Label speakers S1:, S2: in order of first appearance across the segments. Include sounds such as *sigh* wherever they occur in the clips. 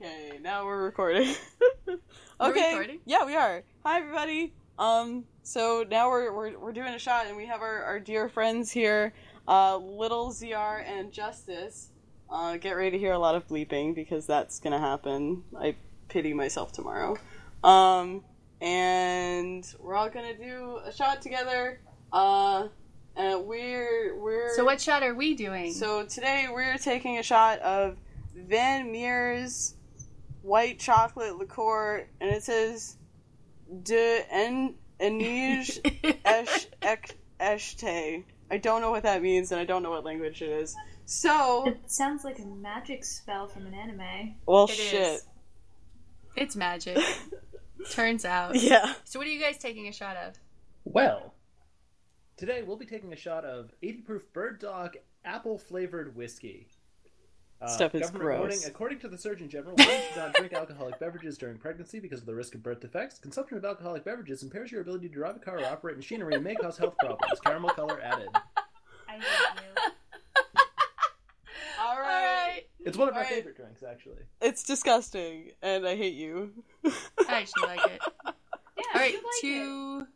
S1: right, now we're recording. *laughs* okay.
S2: We're recording?
S1: Yeah, we are. Hi everybody. Um so now we're we're, we're doing a shot and we have our, our dear friends here, uh Little ZR and Justice. Uh get ready to hear a lot of bleeping because that's going to happen. I pity myself tomorrow. Um and we're all going to do a shot together. Uh and we're we're
S2: So what shot are we doing?
S1: so today we're taking a shot of Van Mier's white chocolate liqueur, and it says de en enige
S2: *laughs*
S1: esh ek eshte. I don't know what that means, and I don't know what language it is. So,
S3: It sounds like a magic spell from an anime.
S1: well,
S2: It is.
S1: shit.
S2: *laughs* It's magic.
S1: *laughs*
S2: Turns out.
S1: Yeah.
S2: So what are you guys taking a shot of?
S4: Well, today we'll be taking a shot of 80 proof bird dog apple flavored whiskey. Uh,
S1: Stuff is
S4: government
S1: gross.
S4: warning, according to the Surgeon General, women should not drink alcoholic beverages during pregnancy because of the risk of birth defects. Consumption of alcoholic beverages impairs your ability to drive a car or operate machinery and may cause health problems. Caramel color added.
S3: I hate you.
S1: All
S2: All
S1: right.
S2: right.
S4: It's one of my
S1: Alright.
S4: favorite drinks, actually.
S1: It's disgusting, and I hate you.
S2: I actually like
S1: *laughs*
S2: it.
S3: Yeah,
S2: All right,
S3: you like it.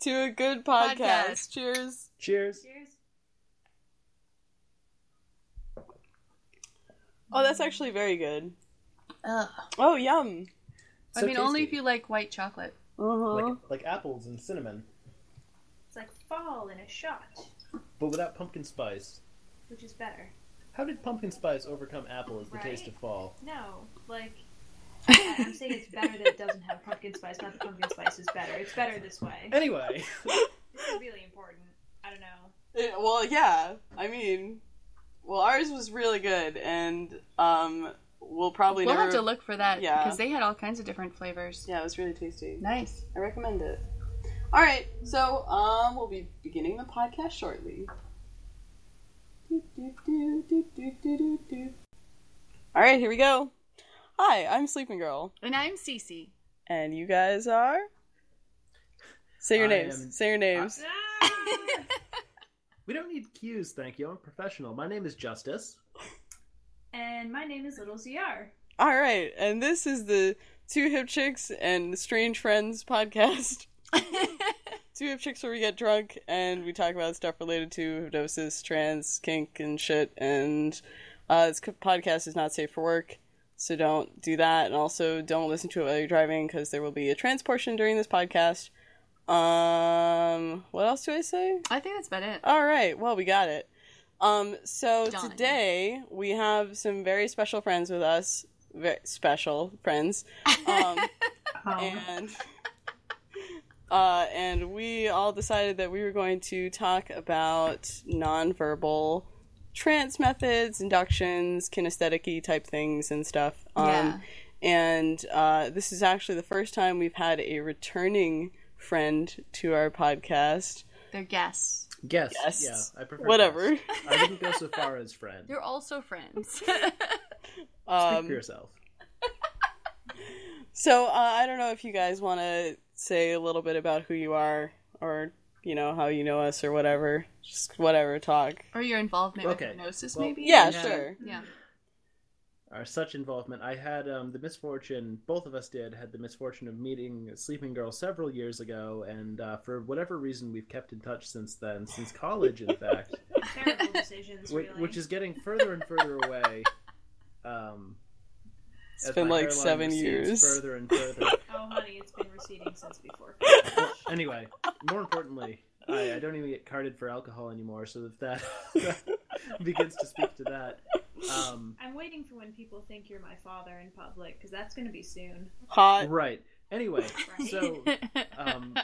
S2: two.
S1: to a good podcast.
S2: Podcast.
S1: Cheers.
S4: Cheers.
S3: Cheers.
S1: Oh, that's actually very good.
S2: Ugh.
S1: Oh, yum.
S2: I
S4: So
S2: mean, only if
S4: tasty.
S2: you like white chocolate.
S1: Uh-huh.
S4: like, like apples and cinnamon,
S3: It's like fall in a shot,
S4: but without pumpkin spice.
S3: which is better.
S4: How did pumpkin spice overcome apple as the taste
S3: Right.
S4: of fall?
S3: No, like I- I'm saying it's better that it doesn't have pumpkin spice. Not that pumpkin spice is better. It's better this way.
S4: Anyway, *laughs*
S3: This is really important. I don't know.
S1: It- Eh, well, yeah. I mean, well, ours was really good, and um, we'll probably
S2: We'll
S1: never.
S2: have to look for that
S1: Yeah.
S2: because they had all kinds of different flavors.
S1: Yeah, it was really tasty.
S2: Nice.
S1: I recommend it. All right, so um, we'll be beginning the podcast shortly. Do, do, do, do, do, do, do, do. All right, here we go. Hi, I'm Sleeping Girl,
S2: And I'm Cece.
S1: and you guys are. Say your
S4: I
S1: names.
S4: am-
S1: Say your names.
S4: we don't need cues, thank you. I'm a professional. My name is Justice.
S3: and my name is Little Zr.
S1: All right, and this is the Two Hip Chicks and Strange Friends podcast. Two hip chicks where we get drunk and we talk about stuff related to hypnosis, trans, kink, and shit. And uh, this co- podcast is not safe for work, so don't do that. And also, don't listen to it while you're driving because there will be a trans portion during this podcast. Um, what else do I say?
S2: I think that's about it.
S1: All right. Well, we got it. Um, so
S2: Done.
S1: today we have some very special friends with us. Very special friends. Um, and uh, and we all decided that we were going to talk about nonverbal trance methods, inductions, kinesthetic type things and stuff. Um,
S2: Yeah.
S1: And uh, this is actually the first time we've had a returning friend to our podcast.
S2: They're guests.
S4: Guess.
S1: Yes.
S4: Yeah, I prefer.
S1: Whatever.
S4: guess. I wouldn't go so far
S1: *laughs*
S4: as friend. Speak
S2: They're also friends.
S1: Um,
S4: for yourself.
S1: So uh, I don't know if you guys want to say a little bit about who you are, or you know how you know us, or whatever. Just whatever talk.
S2: *laughs* or your involvement
S4: Okay.
S2: with hypnosis,
S4: Well- *laughs*
S2: maybe?
S1: Yeah,
S4: Yeah.
S1: sure.
S2: Yeah.
S4: Our Uh, such involvement. I had um, the misfortune. Both of us did had the misfortune of meeting Sleeping Girl several years ago, and uh, for whatever reason, we've kept in touch since then, since college,
S1: *laughs*
S4: in fact,
S3: Terrible decisions,
S4: which,
S3: really.
S4: which is getting further and further away. Um,
S1: It's
S4: as
S1: been
S4: my
S1: like
S4: hairline
S1: seven
S4: recedes
S1: years.
S4: Further
S1: *laughs*
S4: and further.
S3: Oh, honey, it's been receding since
S4: *laughs*
S3: before.
S4: Well, anyway, more importantly, I, I don't even get carded for alcohol anymore, so if that, that *laughs* begins to speak to that. Um,
S3: I'm waiting for when people think you're my father in public, because that's going to be soon.
S1: Hot.
S4: right. Anyway,
S2: *laughs*
S3: Right?
S4: so um,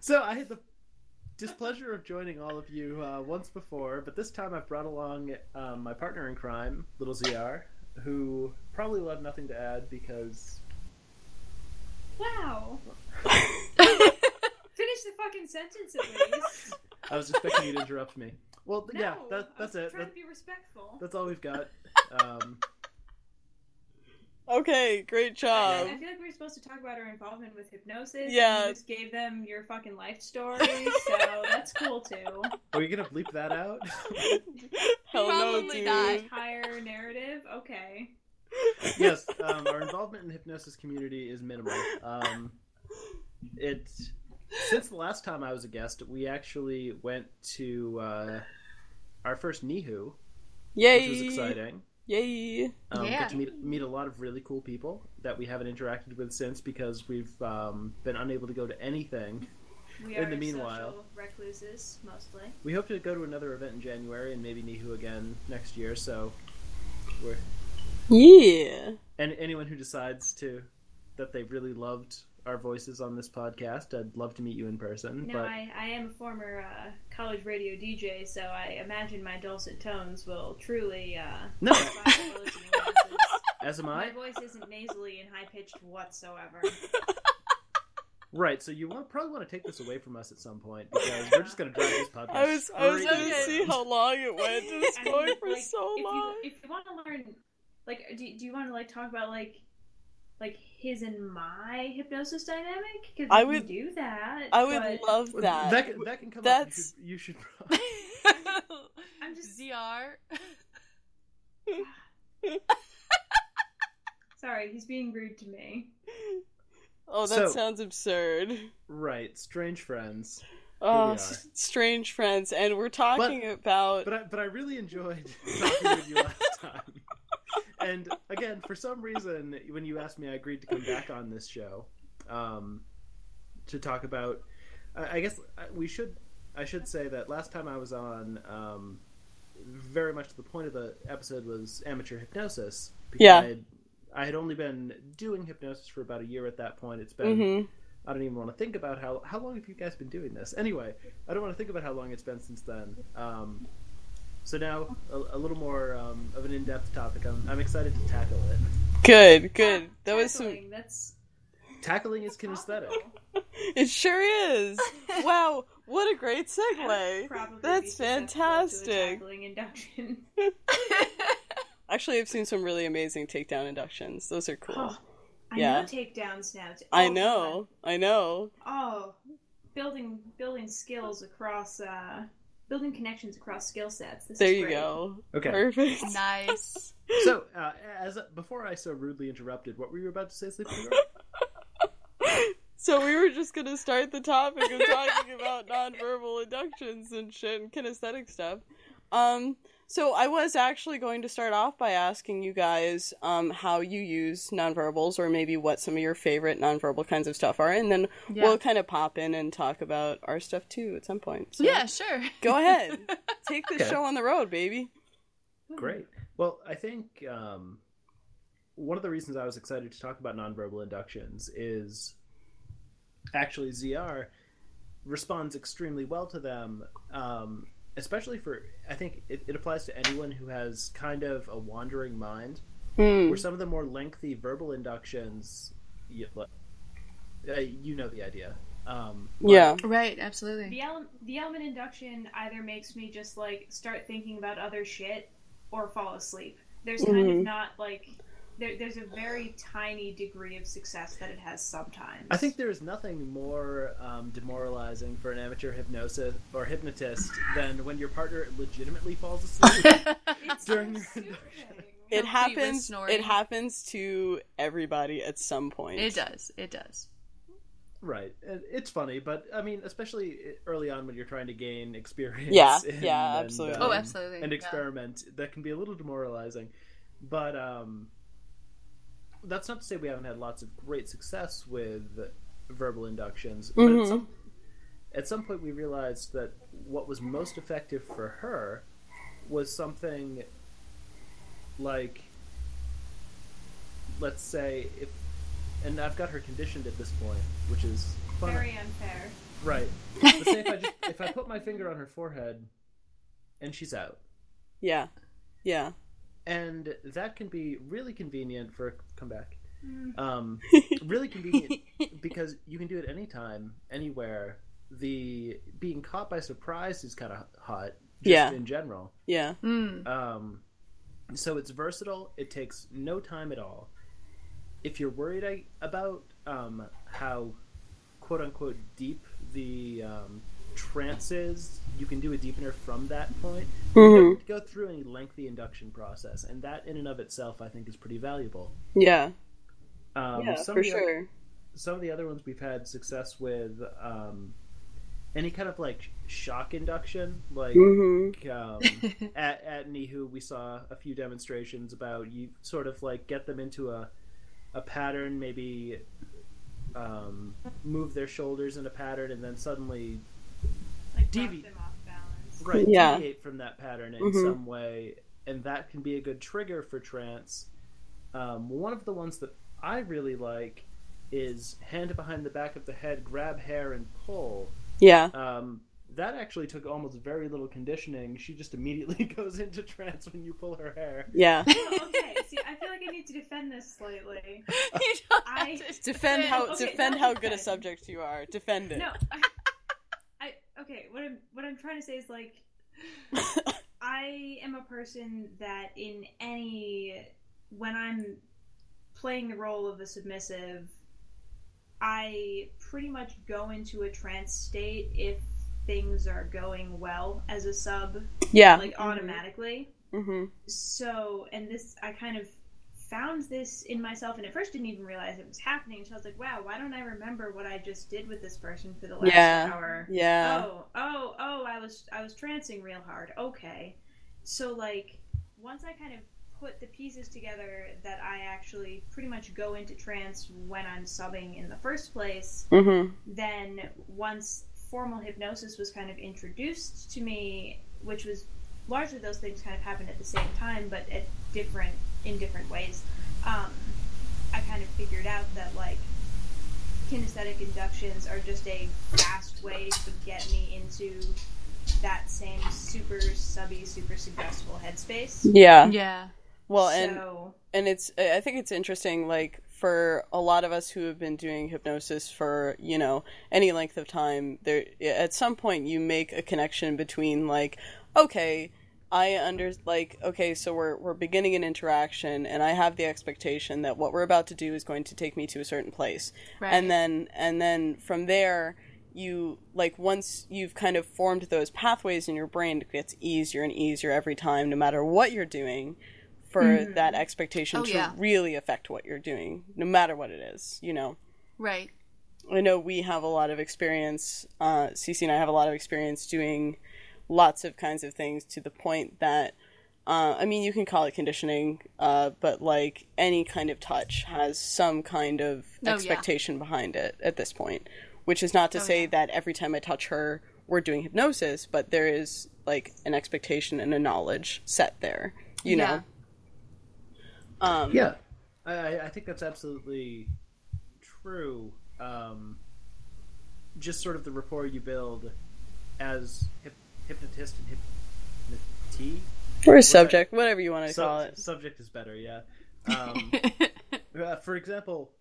S4: so I had the displeasure of joining all of you uh, once before, but this time I've brought along um, my partner in crime, Little ZR, who probably will have nothing to add because
S1: *laughs*
S3: wow. Finish the fucking sentence at least.
S4: I was expecting you to interrupt me. Well,
S3: No,
S4: *laughs* yeah, that, that's
S3: I was
S4: it.
S3: Trying
S4: That,
S3: to be respectful.
S4: that's all we've got. Um,
S1: Okay, great
S3: I,
S1: job. *laughs*
S3: *laughs* I feel like we were supposed to talk about our involvement with hypnosis. and
S1: Um, Yeah.
S3: You just gave them your fucking life story,
S1: *laughs*
S3: so that's cool too.
S4: are you gonna bleep that out?
S1: Hell Oh, no,
S2: Probably
S1: dude.
S2: not.
S3: Tired entire narrative. Okay.
S4: yes, um, our involvement in the hypnosis community is minimal. Um, it since the last time I was a guest, we actually went to uh, our first Nihu,
S1: Yay!
S4: which was exciting.
S1: Yay!
S4: Um,
S2: Yeah.
S4: Got to meet, meet a lot of really cool people that we haven't interacted with since because we've um, been unable to go to anything.
S3: We
S4: In
S3: are
S4: the meanwhile-
S3: social recluses mostly.
S4: We hope to go to another event in January and maybe Nihu again next year. So, we're,
S1: Yeah.
S4: and anyone who decides to that they really loved our voices on this podcast, I'd love to meet you in person.
S3: Now
S4: but
S3: I, I am a former uh, college radio DJ, so I imagine my dulcet tones will truly uh,
S4: no,
S3: satisfy the
S1: *laughs*
S3: listening masses.
S4: as am
S3: My
S4: I.
S3: voice isn't nasally and high pitched
S1: *laughs*
S3: whatsoever.
S4: Right. So you want, probably want to take this away from us at some point because we're just going to drive this
S1: *laughs*
S4: podcast.
S1: I was I was
S4: straight
S1: gonna
S4: into the
S1: see
S4: ground.
S1: how long it went to
S3: *laughs*
S1: this
S3: I mean,
S1: point for
S3: like,
S1: so
S3: if
S1: long.
S3: You, if you want to learn, like, do, do you want to like talk about like, like his and my hypnosis dynamic? Because
S1: I
S3: we
S1: would-
S3: can do that.
S1: I would
S3: but
S1: love that.
S4: That can, that can come
S1: That's-
S4: up. You should, *laughs* you should
S3: I'm
S2: *laughs*
S3: just-
S2: ZR.
S3: Sorry, he's being rude to me.
S1: oh, that
S4: So-
S1: sounds absurd.
S4: Right, strange friends.
S1: Oh,
S4: are.
S1: s- strange friends, and we're talking about.
S4: But I, but I really enjoyed *laughs* talking with
S1: *laughs*
S4: you last time. And again, for some reason, when you asked me, I agreed to come back on this show um, to talk about. I I guess I- we should. I should say that last time I was on, um, very much the point of the episode was amateur hypnosis. Because
S1: Yeah.
S4: I had, I had only been doing hypnosis for about a year at that point. It's been
S1: Mhm.
S4: I don't even want to think about how how long have you guys been doing this. Anyway, I don't want to think about how long it's been since then. Um, so now a, a little more um, of an in-depth topic. I'm, I'm excited to tackle it.
S1: Good, good.
S3: Ah,
S1: that was some.
S3: tackling, That's
S4: Tackling is kinesthetic.
S3: topical.
S1: It sure
S3: *laughs*
S1: is. wow, what a great
S3: I would
S1: segue.
S3: probably be
S1: That's
S3: susceptible to a
S1: fantastic.
S3: tackling induction. *laughs*
S1: Actually, I've seen some really amazing takedown inductions. Those are cool.
S3: Oh, I
S1: Yeah.
S3: know takedown snaps.
S1: I know, I know.
S3: Oh, building building skills across uh, building connections across skill sets. This
S1: There
S3: is
S1: you
S3: great.
S1: go. *laughs*
S4: Okay.
S1: Perfect.
S2: nice.
S1: *laughs*
S4: So uh, as before, I so rudely interrupted. What were you about to say, Sleeping Girl?
S1: So we were just gonna start the topic of talking about nonverbal inductions and shit and kinesthetic stuff. Um, so I was actually going to start off by asking you guys um, how you use nonverbals or maybe what some of your favorite nonverbal kinds of stuff are, and then
S2: Yeah.
S1: we'll kind of pop in and talk about our stuff too at some point. So *laughs*
S2: yeah, sure.
S1: go ahead,
S2: *laughs*
S1: take this
S4: Okay.
S1: show on the road, baby.
S4: Great. Well, I think um, one of the reasons I was excited to talk about nonverbal inductions is actually ZR responds extremely well to them, um, especially for, I think it, it applies to anyone who has kind of a wandering mind,
S1: Hmm.
S4: where some of the more lengthy verbal inductions, you, uh, you know the idea. Um,
S1: Yeah,
S2: Right, absolutely.
S3: The ele- the element induction either makes me just like start thinking about other shit or fall asleep. There's kind
S1: Mhm.
S3: of not like there, there's a very tiny degree of success that it has sometimes.
S4: I think there is nothing more um, demoralizing for an amateur hypnosis or hypnotist than when your partner legitimately falls asleep.
S1: *laughs*
S3: it's
S4: during
S3: so
S4: your
S3: soothing.
S1: it
S2: Complete with
S1: happens.
S2: snoring.
S1: It happens to everybody at some point.
S2: it does. It does.
S4: right. It- It's funny, but I mean, especially early on when you're trying to gain experience. *laughs*
S1: Yeah,
S4: in-
S1: yeah, absolutely.
S2: Oh,
S1: Um,
S2: absolutely.
S4: And
S2: yeah.
S4: experiment that can be a little demoralizing, but um, that's not to say we haven't had lots of great success with verbal inductions. But
S1: Mhm.
S4: at some, at some point, we realized that what was most effective for her was something like, let's say, if, and I've got her conditioned at this point, which is fun.
S3: Very unfair.
S4: Right. Let's say if I, just, if I put my finger on her forehead, and she's out.
S1: Yeah, yeah.
S4: And that can be really convenient for a comeback. Um, really convenient because you can do it anytime, anywhere. The being caught by surprise is kind of hot, just
S1: Yeah.
S4: in general.
S1: Yeah.
S2: Mm.
S4: Um, so it's versatile. It takes no time at all. If you're worried I, about um, how "quote unquote" deep the um, trances, you can do a deepener from that point. You don't
S1: Mhm.
S4: have to go through any lengthy induction process, and that in and of itself, I think, is pretty valuable.
S1: Yeah.
S4: Um,
S1: yeah,
S4: some
S1: for
S4: of the oth-
S1: sure.
S4: some of the other ones we've had success with, um, any kind of like shock induction, like
S1: hmm
S4: um,
S1: *laughs*
S4: at, at Nihu, we saw a few demonstrations about you sort of like get them into a, a pattern, maybe um, move their shoulders in a pattern, and then suddenly
S3: Like,
S4: Devi-
S3: knock them off balance.
S4: right,
S1: *laughs* Yeah.
S4: deviate from that pattern in
S1: Mhm.
S4: some way, and that can be a good trigger for trance. Um, one of the ones that I really like is hand behind the back of the head, grab hair, and pull.
S1: Yeah.
S4: Um, that actually took almost very little conditioning. She just immediately *laughs* goes into trance when you pull her hair.
S1: Yeah.
S3: Oh, okay, see, I feel like I need to defend this slightly.
S2: *laughs* you don't have
S3: I-
S2: to
S1: Defend how
S3: Okay,
S1: defend
S3: not
S1: how good a
S3: defend.
S1: subject you are. Defend it.
S3: No, I, I okay. What I'm what I'm trying to say is like, I am a person that in any when I'm playing the role of the submissive, I pretty much go into a trance state if things are going well as a sub,
S1: Yeah. Mm-hmm.
S3: like automatically.
S1: hmm
S3: So, and this I kind of found this in myself and at first didn't even realize it was happening so i was like wow why don't i remember what i just did with this person for the last
S1: Yeah.
S3: hour
S1: Yeah.
S3: oh oh oh i was i was trancing real hard okay so like once i kind of put the pieces together that i actually pretty much go into trance when i'm subbing in the first place
S1: hmm
S3: then once formal hypnosis was kind of introduced to me which was largely those things kind of happened at the same time but at different in different ways um, i kind of figured out that like kinesthetic inductions are just a fast way to get me into that same super subby super suggestible headspace
S1: Yeah.
S2: Yeah.
S1: Well, and
S3: so
S1: and it's i I think it's interesting like for a lot of us who have been doing hypnosis for you know any length of time there at some point you make a connection between like okay i under like okay so we're we're beginning an interaction and i have the expectation that what we're about to do is going to take me to a certain place
S2: Right.
S1: and then and then from there you like once you've kind of formed those pathways in your brain it gets easier and easier every time no matter what you're doing for that expectation
S2: Mm-hmm.
S1: to
S2: Oh, yeah.
S1: really affect what you're doing no matter what it is you know
S2: right.
S1: i know we have a lot of experience uh, cc and i have a lot of experience doing lots of kinds of things to the point that uh, i mean you can call it conditioning uh, but like any kind of touch has some kind of
S2: Oh, yeah. Oh,
S1: expectation behind it at this point which is not to say
S2: yeah.
S1: that every time i touch her we're doing hypnosis but there is like an expectation and a knowledge set there you
S2: yeah.
S1: know um,
S4: Yeah, I, I- I think that's absolutely true. Um, just sort of the rapport you build as hyp- hypnotist and hypnotee.
S1: or a subject, whatever you want to
S4: Sub-
S1: call it.
S4: Subject is
S1: *laughs*
S4: better, yeah. Um,
S2: *laughs*
S4: uh, for example,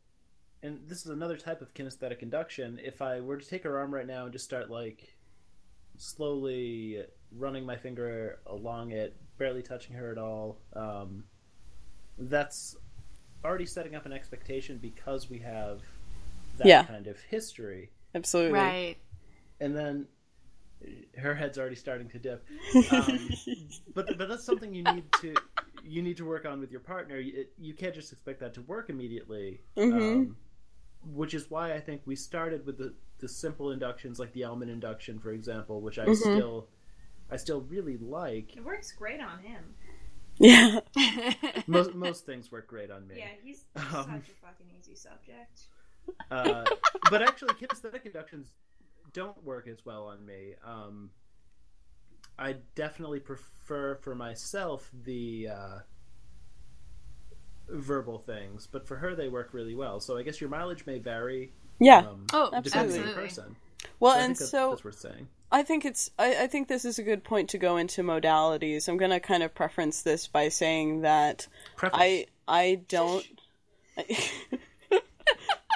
S4: and this is another type of kinesthetic induction. If I were to take her arm right now and just start like slowly running my finger along it, barely touching her at all, um, that's already setting up an expectation because we have that
S1: Yeah.
S4: kind of history.
S1: Absolutely.
S2: Right. *laughs*
S4: And then her head's already starting to dip. Um, but but that's something you need to you need to work on with your partner. You, you can't just expect that to work immediately.
S1: Mhm.
S4: Um, which is why I think we started with the the simple inductions like the Elman induction, for example, which I
S1: Mhm.
S4: still I still really like.
S3: it works great on him
S1: *laughs* yeah.
S4: Most most things work great on me.
S3: yeah he's
S4: Um.
S3: such a fucking easy subject
S2: *laughs*
S4: Uh, but actually, kinesthetic inductions don't work as well on me. Um, I definitely prefer for myself the uh, verbal things, but for her they work really well. So I guess your mileage may vary.
S1: Yeah.
S4: Um,
S2: Oh,
S4: depending on
S1: absolutely.
S4: the person.
S1: Well,
S4: I think
S1: and
S4: that's,
S1: so
S4: that's worth saying.
S1: I think it's I, I think this is a good point to go into modalities. I'm going to kind of preference this by saying that
S4: Preface.
S1: I I don't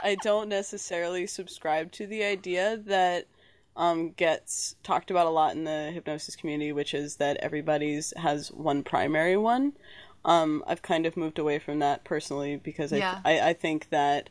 S1: I, *laughs* don't necessarily subscribe to the idea that um, gets talked about a lot in the hypnosis community, which is that everybody's has one primary one. Um, I've kind of moved away from that personally because I
S2: Yeah.
S1: I, I think that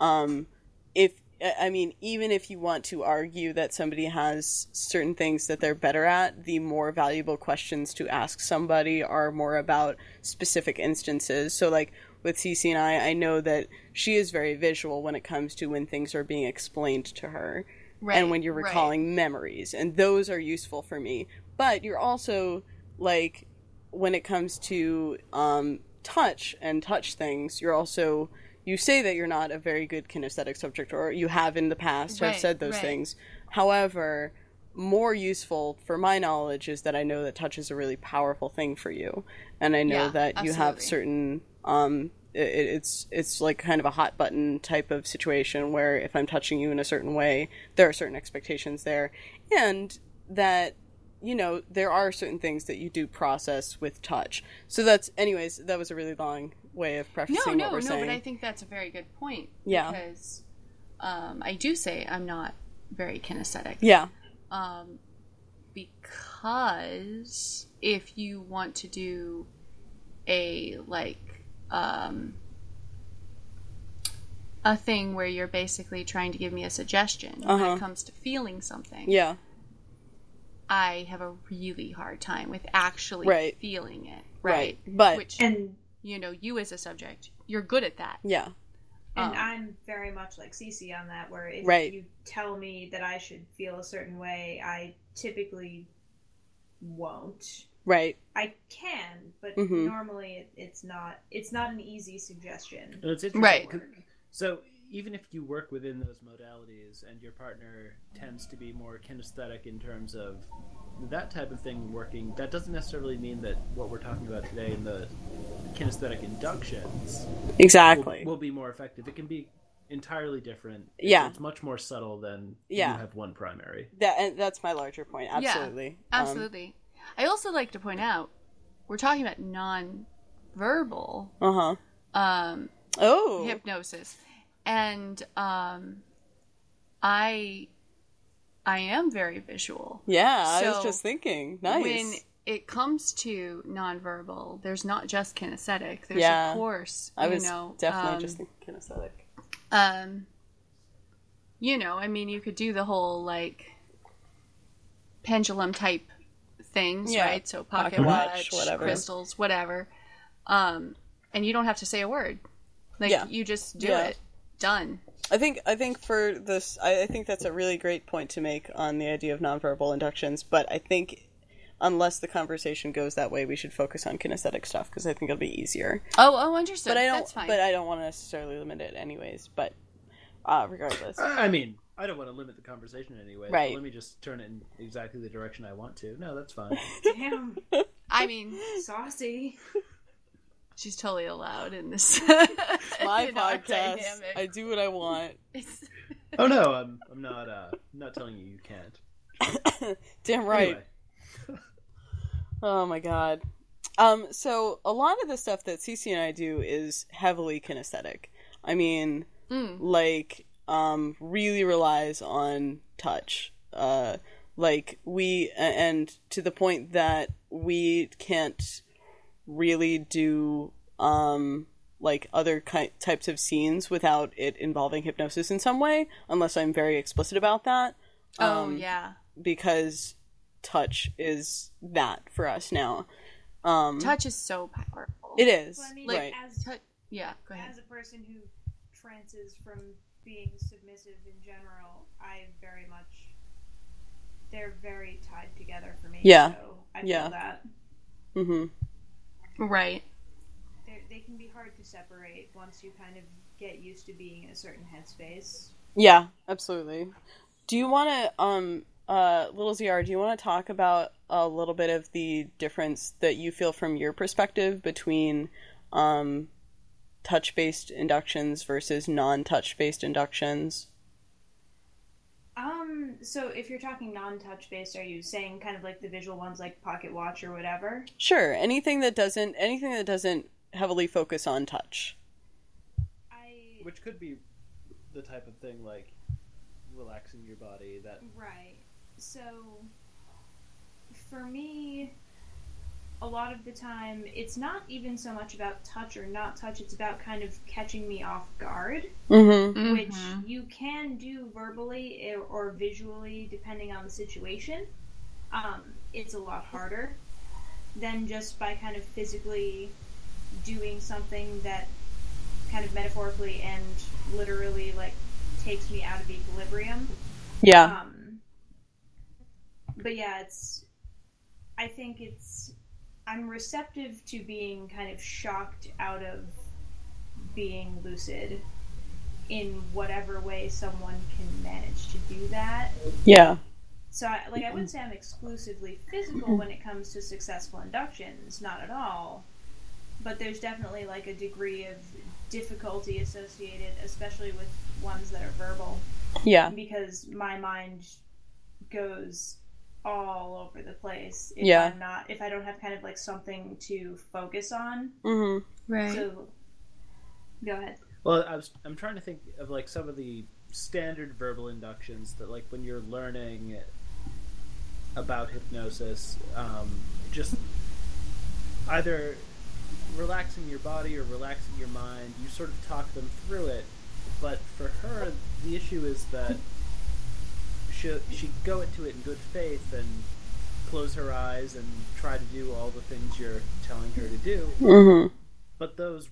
S1: um, if I- I mean, even if you want to argue that somebody has certain things that they're better at, the more valuable questions to ask somebody are more about specific instances. So, like with Cece and I, I know that she is very visual when it comes to when things are being explained to her
S2: Right.
S1: and when you're
S2: right.
S1: recalling memories, and those are useful for me. But you're also like when it comes to um, touch and touch things, you're also you say that you're not a very good kinesthetic subject, or you have in the past have
S2: Right,
S1: said those
S2: right.
S1: things. However, more useful for my knowledge is that I know that touch is a really powerful thing for you, and I know
S2: Yeah,
S1: that you have
S2: absolutely.
S1: certain um, it, it- it's it's like kind of a hot button type of situation where if I'm touching you in a certain way, there are certain expectations there, and that you know there are certain things that you do process with touch. So that's anyways. That was a really long way of prefacing
S2: No,
S1: what
S2: no,
S1: we're
S2: no.
S1: saying.
S2: But I think that's a very good point.
S1: Yeah.
S2: Because um, I do say I'm not very kinesthetic.
S1: yeah,
S2: Um, because if you want to do a like um, a thing where you're basically trying to give me a suggestion when
S1: Uh-huh.
S2: it comes to feeling something,
S1: yeah,
S2: I have a really hard time with actually
S1: Right.
S2: feeling it.
S1: right. But
S2: Which
S3: And
S2: you know, you as a subject, you're good at that.
S1: yeah,
S3: and
S2: Um,
S3: I'm very much like Cece on that, where if
S1: Right.
S3: you tell me that I should feel a certain way, I typically won't.
S1: right.
S3: I can, but
S1: Mhm.
S3: normally it, it's not. It's not an easy suggestion.
S4: And it's interesting
S2: Right.
S4: 'cause- So even if you work within those modalities and your partner tends to be more kinesthetic in terms of that type of thing working, that doesn't necessarily mean that what we're talking about today in the kinesthetic inductions will,
S1: Exactly.
S4: will be more effective. It can be entirely different. It's-
S1: Yeah.
S4: It's much more subtle than
S1: Yeah.
S4: you have one primary.
S1: that and that's my larger point.
S2: Yeah,
S1: Absolutely. Um,
S2: Absolutely. I also like to point out we're talking about non-verbal
S1: Uh huh.
S2: um,
S1: Oh.
S2: hypnosis, and um, I I am very visual.
S1: Yeah, I was
S2: So,
S1: just thinking. Nice.
S2: When it comes to non-verbal, there's not just kinesthetic. There's
S1: Yeah.
S2: of course,
S1: I
S2: you
S1: was
S2: know,
S1: definitely
S2: um,
S1: just thinking kinesthetic.
S2: um you know i mean you could do the whole like pendulum type things
S1: Yeah.
S2: right so pocket,
S1: Pocket watch,
S2: watch,
S1: whatever.
S2: crystals whatever um and you don't have to say a word like
S1: Yeah.
S2: you just do
S1: Yeah.
S2: it done
S1: I think I think for this, I, I think that's a really great point to make on the idea of nonverbal inductions. But I think unless the conversation goes that way, we should focus on kinesthetic stuff because I think it'll be easier.
S2: oh oh understood
S1: But I don't.
S2: that's fine
S1: But I don't want to necessarily limit it, anyways. But uh,
S2: *laughs*
S1: regardless,
S4: I I mean, I don't want to limit the conversation in any way. so
S1: Right.
S4: let me just turn it in exactly the direction I want to. No,
S1: *laughs*
S4: that's fine.
S3: Damn,
S2: I mean
S3: saucy.
S2: she's totally allowed in this *laughs*
S1: my
S2: in our
S1: podcast.
S2: dynamic.
S1: *laughs* I do what I want.
S2: It's-
S4: oh no, I'm I'm not uh not telling you you can't.
S1: Damn right.
S4: Anyway.
S1: Oh my god. Um, so a lot of the stuff that Cece and I do is heavily kinesthetic. I mean,
S2: Mm.
S1: like, um, really relies on touch. Uh, like we a- and to the point that we can't really do um like other ki- types of scenes without it involving hypnosis in some way, unless I'm very explicit about that
S2: oh
S1: um,
S2: yeah
S1: because touch is that for us now. Um,
S2: touch is so powerful
S1: it is
S3: Well, I mean,
S1: right.
S3: as
S2: Tou- yeah go ahead
S3: as a person who trances from being submissive in general, I very much they're very tied together for me.
S1: Yeah.
S3: so I feel
S1: Yeah.
S3: that
S1: hmm
S2: right
S3: They're- they can be hard to separate once you kind of get used to being in a certain headspace.
S1: Yeah, absolutely. Do you want to, um, uh, little ZR? Do you want to talk about a little bit of the difference that you feel from your perspective between um, touch-based inductions versus non-touch-based inductions?
S3: Um, so if you're talking non-touch based, are you saying kind of like the visual ones, like pocket watch or whatever?
S1: Sure. Anything that doesn't anything that doesn't heavily focus on touch.
S3: I
S4: which could be the type of thing like relaxing your body that
S3: Right. So, for me, a lot of the time it's not even so much about touch or not touch it's about kind of catching me off guard
S1: Mm-hmm.
S3: which
S2: Mhm.
S3: you can do verbally or- or visually depending on the situation um, it's a lot harder than just by kind of physically doing something that kind of metaphorically and literally like takes me out of equilibrium
S1: Yeah.
S3: um, but yeah, it's. I think it's. I'm receptive to being kind of shocked out of being lucid in whatever way someone can manage to do that.
S1: Yeah.
S3: So, I, like, I wouldn't say I'm exclusively physical when it comes to successful inductions, not at all. But there's definitely, like, a degree of difficulty associated, especially with ones that are verbal
S1: Yeah.
S3: because my mind goes all over the place if
S1: Yeah.
S3: I'm not if I don't have kind of like something to focus on.
S1: Mm-hmm.
S2: Right.
S3: So go ahead.
S4: Well, I was, I'm trying to think of like some of the standard verbal inductions that like when you're learning about hypnosis, um, just either relaxing your body or relaxing your mind, you sort of talk them through it. But for her, the issue is that she she go into it in good faith and close her eyes and try to do all the things you're telling her to do.
S1: Mm-hmm.
S4: But those,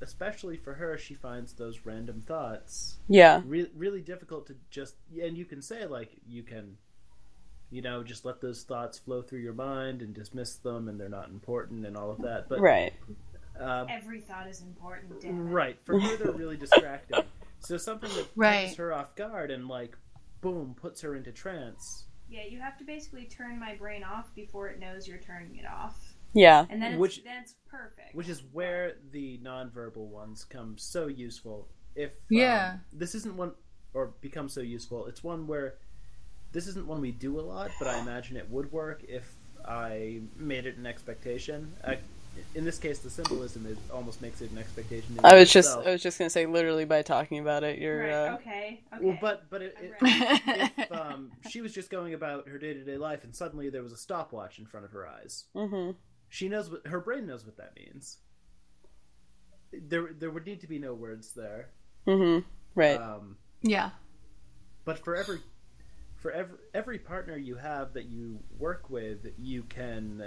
S4: especially for her, she finds those random thoughts
S1: Yeah.
S4: re- really difficult to just. And you can say like you can, you know, just let those thoughts flow through your mind and dismiss them, and they're not important and all of that. But
S1: Right.
S4: uh,
S3: Every thought is important, damn it.
S4: right for her, they're really distracting. So something that
S2: Right.
S4: catches her off guard and like, boom, puts her into trance.
S3: Yeah, you have to basically turn my brain off before it knows you're turning it off.
S1: Yeah.
S3: And then it's,
S4: Which-
S3: then it's perfect.
S4: which is where the nonverbal ones come so useful. If um,
S2: Yeah.
S4: this isn't one or become so useful, it's one where this isn't one we do a lot, but I imagine it would work if I made it an expectation. I, in this case, the symbolism is almost makes it an expectation. in
S1: I was just
S4: itself.
S1: I was just gonna say literally by talking about it, you're
S3: right.
S1: uh,
S3: okay. Okay.
S4: well, but but it, it,
S2: *laughs*
S3: Right.
S4: if um, she was just going about her day to day life, and suddenly there was a stopwatch in front of her eyes.
S1: mhm.
S4: She knows what her brain knows what that means. There, there would need to be no words there.
S1: Mhm. Right.
S3: Uh,
S4: Um,
S2: *laughs* yeah.
S4: but for every, for every every partner you have that you work with, you can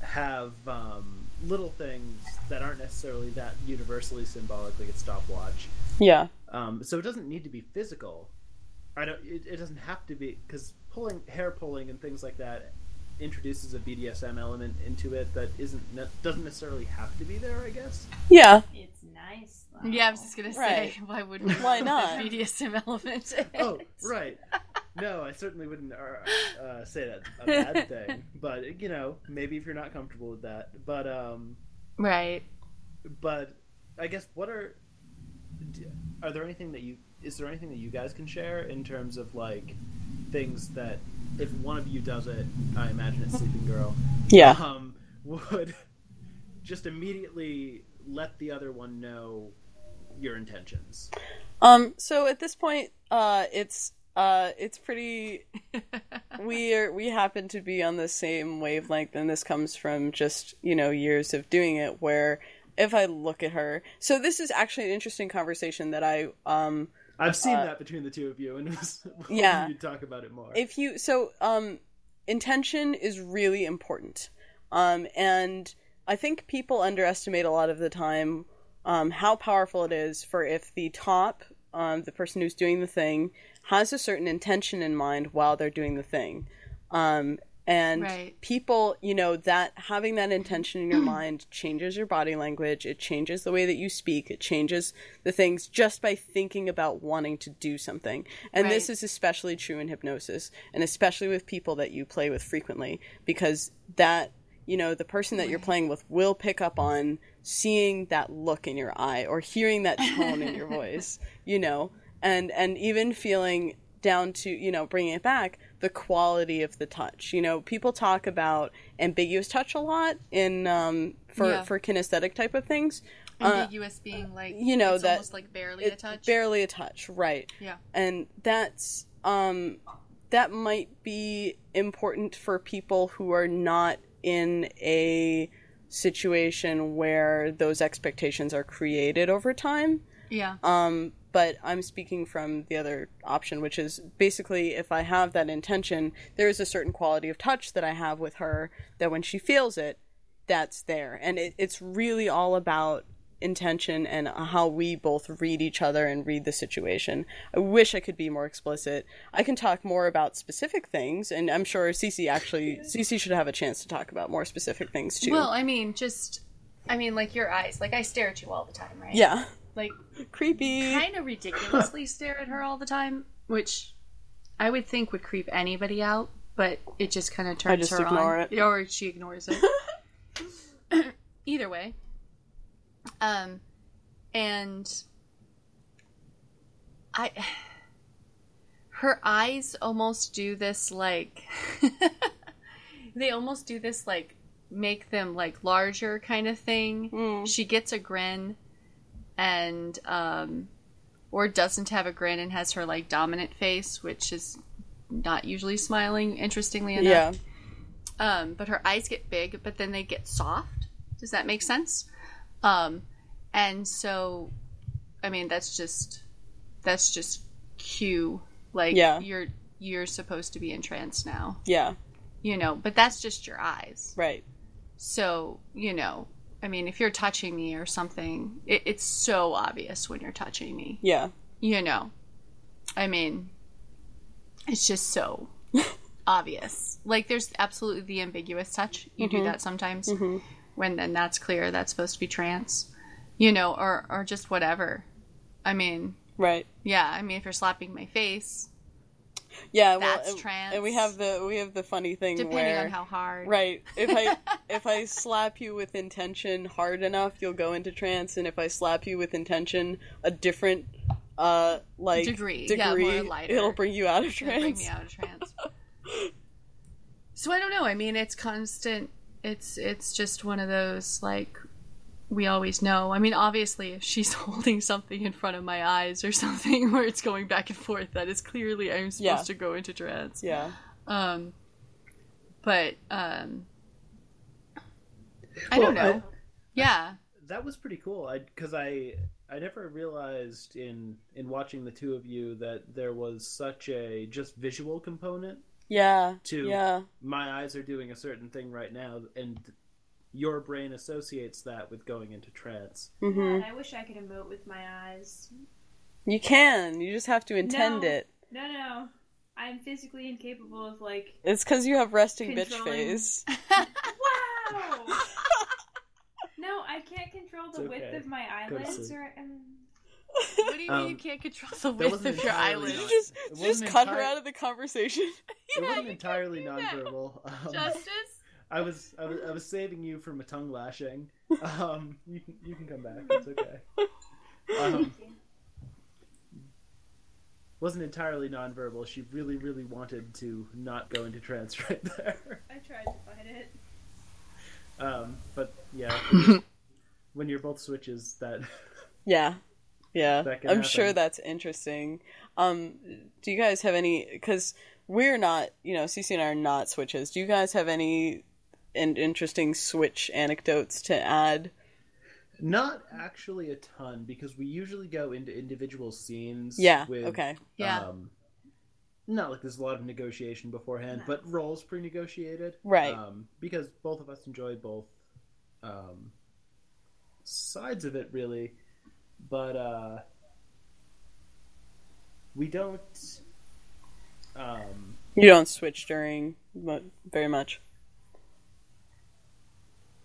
S4: have um, little things that aren't necessarily that universally symbolic, like a stopwatch.
S1: yeah.
S4: Um, so it doesn't need to be physical. I don't. It, it doesn't have to be because pulling hair pulling and things like that introduces a BDSM element into it that isn't ne- doesn't necessarily have to be there. I guess.
S1: Yeah.
S3: it's nice. though.
S2: Yeah, I was just gonna say,
S1: Right.
S2: why wouldn't
S1: Why
S2: *laughs* the
S1: not?
S2: BDSM
S1: *laughs*
S2: element?
S4: Oh, right. No, I certainly wouldn't uh, uh, say that's a bad thing. But you know, maybe if you're not comfortable with that. But um,
S2: right.
S4: but I guess what are d- are there anything that you is there anything that you guys can share in terms of like things that if one of you does it, I imagine it's
S1: *laughs*
S4: Sleeping Girl,
S1: Yeah.
S3: uh-huh.
S4: um, would just immediately let the other one know your intentions.
S1: Um, so at this point, uh, it's uh, it's
S3: *laughs*
S1: pretty. we are we happen to be on the same wavelength, and this comes from just you know years of doing it. Where if I look at her, so this is actually an interesting conversation that I um,
S4: I've seen
S1: Uh,
S4: that between the two of you, and *laughs* it was
S1: Yeah.
S4: you talk about it more.
S1: if you so um intention is really important um and i think people underestimate a lot of the time um how powerful it is for if the top um the person who's doing the thing has a certain intention in mind while they're doing the thing um and
S2: Right.
S1: people you know that having that intention
S2: *clears throat*
S1: in your mind changes your body language it changes the way that you speak it changes the things just by thinking about wanting to do something and this
S2: Right.
S1: is especially true in hypnosis and especially with people that you play with frequently because that you know the person that you're playing with will pick up on seeing that look in your eye or hearing that tone in your
S2: *laughs*
S1: voice you know and and even feeling down to you know bringing it back the quality of the touch you know people talk about ambiguous touch a lot in um for
S2: Yeah.
S1: for kinesthetic type of things
S2: Ambiguous being like
S1: Uh, you know,
S2: it's
S1: that-
S2: almost like barely a
S1: it's
S2: touch.
S1: barely a touch right
S2: yeah.
S1: and that's um that might be important for people who are not in a situation where those expectations are created over time.
S2: Yeah.
S1: Um, but I'm speaking from the other option, which is basically if I have that intention, there is a certain quality of touch that I have with her that when she feels it, that's there. And it, it's really all about intention and how we both read each other and read the situation. I wish I could be more explicit. I can talk more about specific things, and I'm sure Cece actually Cece should have a chance to talk about more specific things too.
S2: Well, I mean, just, I mean, like your eyes. Like I stare at you all the time, right?
S1: yeah,
S2: Like
S1: creepy.
S2: kind
S1: *laughs*
S2: of ridiculously stare at her all the time, which I would think would creep anybody out, but it just kind of turns
S1: just
S2: her
S1: ignore
S2: on,
S1: it.
S2: or she ignores it.
S1: *laughs*
S2: Either way, um, and I, her eyes almost do this like, *laughs* they almost do this like make them like larger kind of thing. She gets a grin and um, or doesn't have a grin and has her like dominant face, which is not usually smiling. Interestingly
S1: yeah,
S2: enough, um, but her eyes get big, but then they get soft. Does that make sense? Um, and so, I mean, that's just that's just cue. Like
S1: Yeah.
S2: you're you're supposed to be in trance now,
S1: yeah,
S2: you know. But that's just your eyes.
S1: right.
S2: So, you know, I mean, if you're touching me or something, it, it's so obvious when you're touching me.
S1: Yeah,
S2: You know, I mean, it's just so obvious. Like, there's absolutely the ambiguous touch. You do that sometimes when then that's clear, that's supposed to be trance, you know, or, or just whatever. I mean,
S1: right.
S2: yeah, I mean, if you're slapping my face,
S1: Yeah, well,
S2: That's
S1: and-
S2: trans.
S1: And we have the we have the funny thing
S2: depending
S1: where
S2: on how hard.
S1: right if
S2: *laughs*
S1: I if I slap you with intention hard enough, you'll go into trance, and if I slap you with intention a different uh like
S2: Degree, yeah, more lighter.
S1: it'll bring you out of
S2: It'll bring
S1: trance.
S2: me out
S1: *laughs*
S2: of trance. so I don't know. I mean, it's constant. It's it's just one of those like we always know. I mean, obviously, if she's *laughs* holding something in front of my eyes or something where it's going back and forth, that is clearly I'm supposed
S1: Yeah.
S2: to go into trance.
S1: Yeah,
S2: Um, but um, I don't
S4: Well,
S2: know. yeah, *laughs*
S4: that was pretty cool i because i i never realized in in watching the two of you that there was such a just visual component
S1: yeah,
S4: to
S1: yeah,
S4: my eyes are doing a certain thing right now and your brain associates that with going
S2: *laughs*
S4: into trance
S1: hmm
S3: God, I wish I could emote with my eyes.
S1: You can. You just have to intend
S3: No.
S1: it.
S3: No, no, I'm physically incapable of like.
S1: It's because you have resting bitch
S2: *laughs*
S3: Controlling.
S1: face. *laughs*
S3: Wow. *laughs* no, I can't control the
S4: It's
S3: width
S4: okay.
S3: of my
S4: Go to
S3: eyelids.
S4: sleep.
S3: Or um,
S2: what do you mean
S4: Um,
S2: you can't control the
S4: that
S2: width
S4: wasn't
S2: of your
S4: entirely
S2: eyelids?
S4: nice.
S1: Just,
S4: It wasn't
S1: just cut her
S4: entire-
S1: out of the conversation.
S2: Yeah,
S4: it wasn't
S2: you
S4: entirely
S2: do that. *laughs*
S4: nonverbal um,
S2: Justice.
S4: I, was, I was i was saving you from a tongue lashing um you can you can come back it's okay um, wasn't entirely nonverbal she really really wanted to not go into trance *laughs* right there
S3: I tried to fight it.
S4: Um, but yeah,
S1: *coughs*
S4: when you're both switches, that *laughs*
S1: Yeah. Yeah.
S4: That can
S1: I'm sure
S4: happen.
S1: that's interesting. Um do you guys have any cuz we're not, you know, Cece and I are not switches. Do you guys have any and interesting switch anecdotes to add?
S4: not actually a ton because we usually go into individual scenes.
S1: Yeah.
S4: With,
S1: okay.
S2: Yeah.
S4: Um, not like there's a lot of negotiation beforehand, but roles pre-negotiated,
S1: Right.
S4: Um, because both of us enjoy both um, sides of it, really. But uh, we don't. Um,
S1: You don't switch during mu- very much.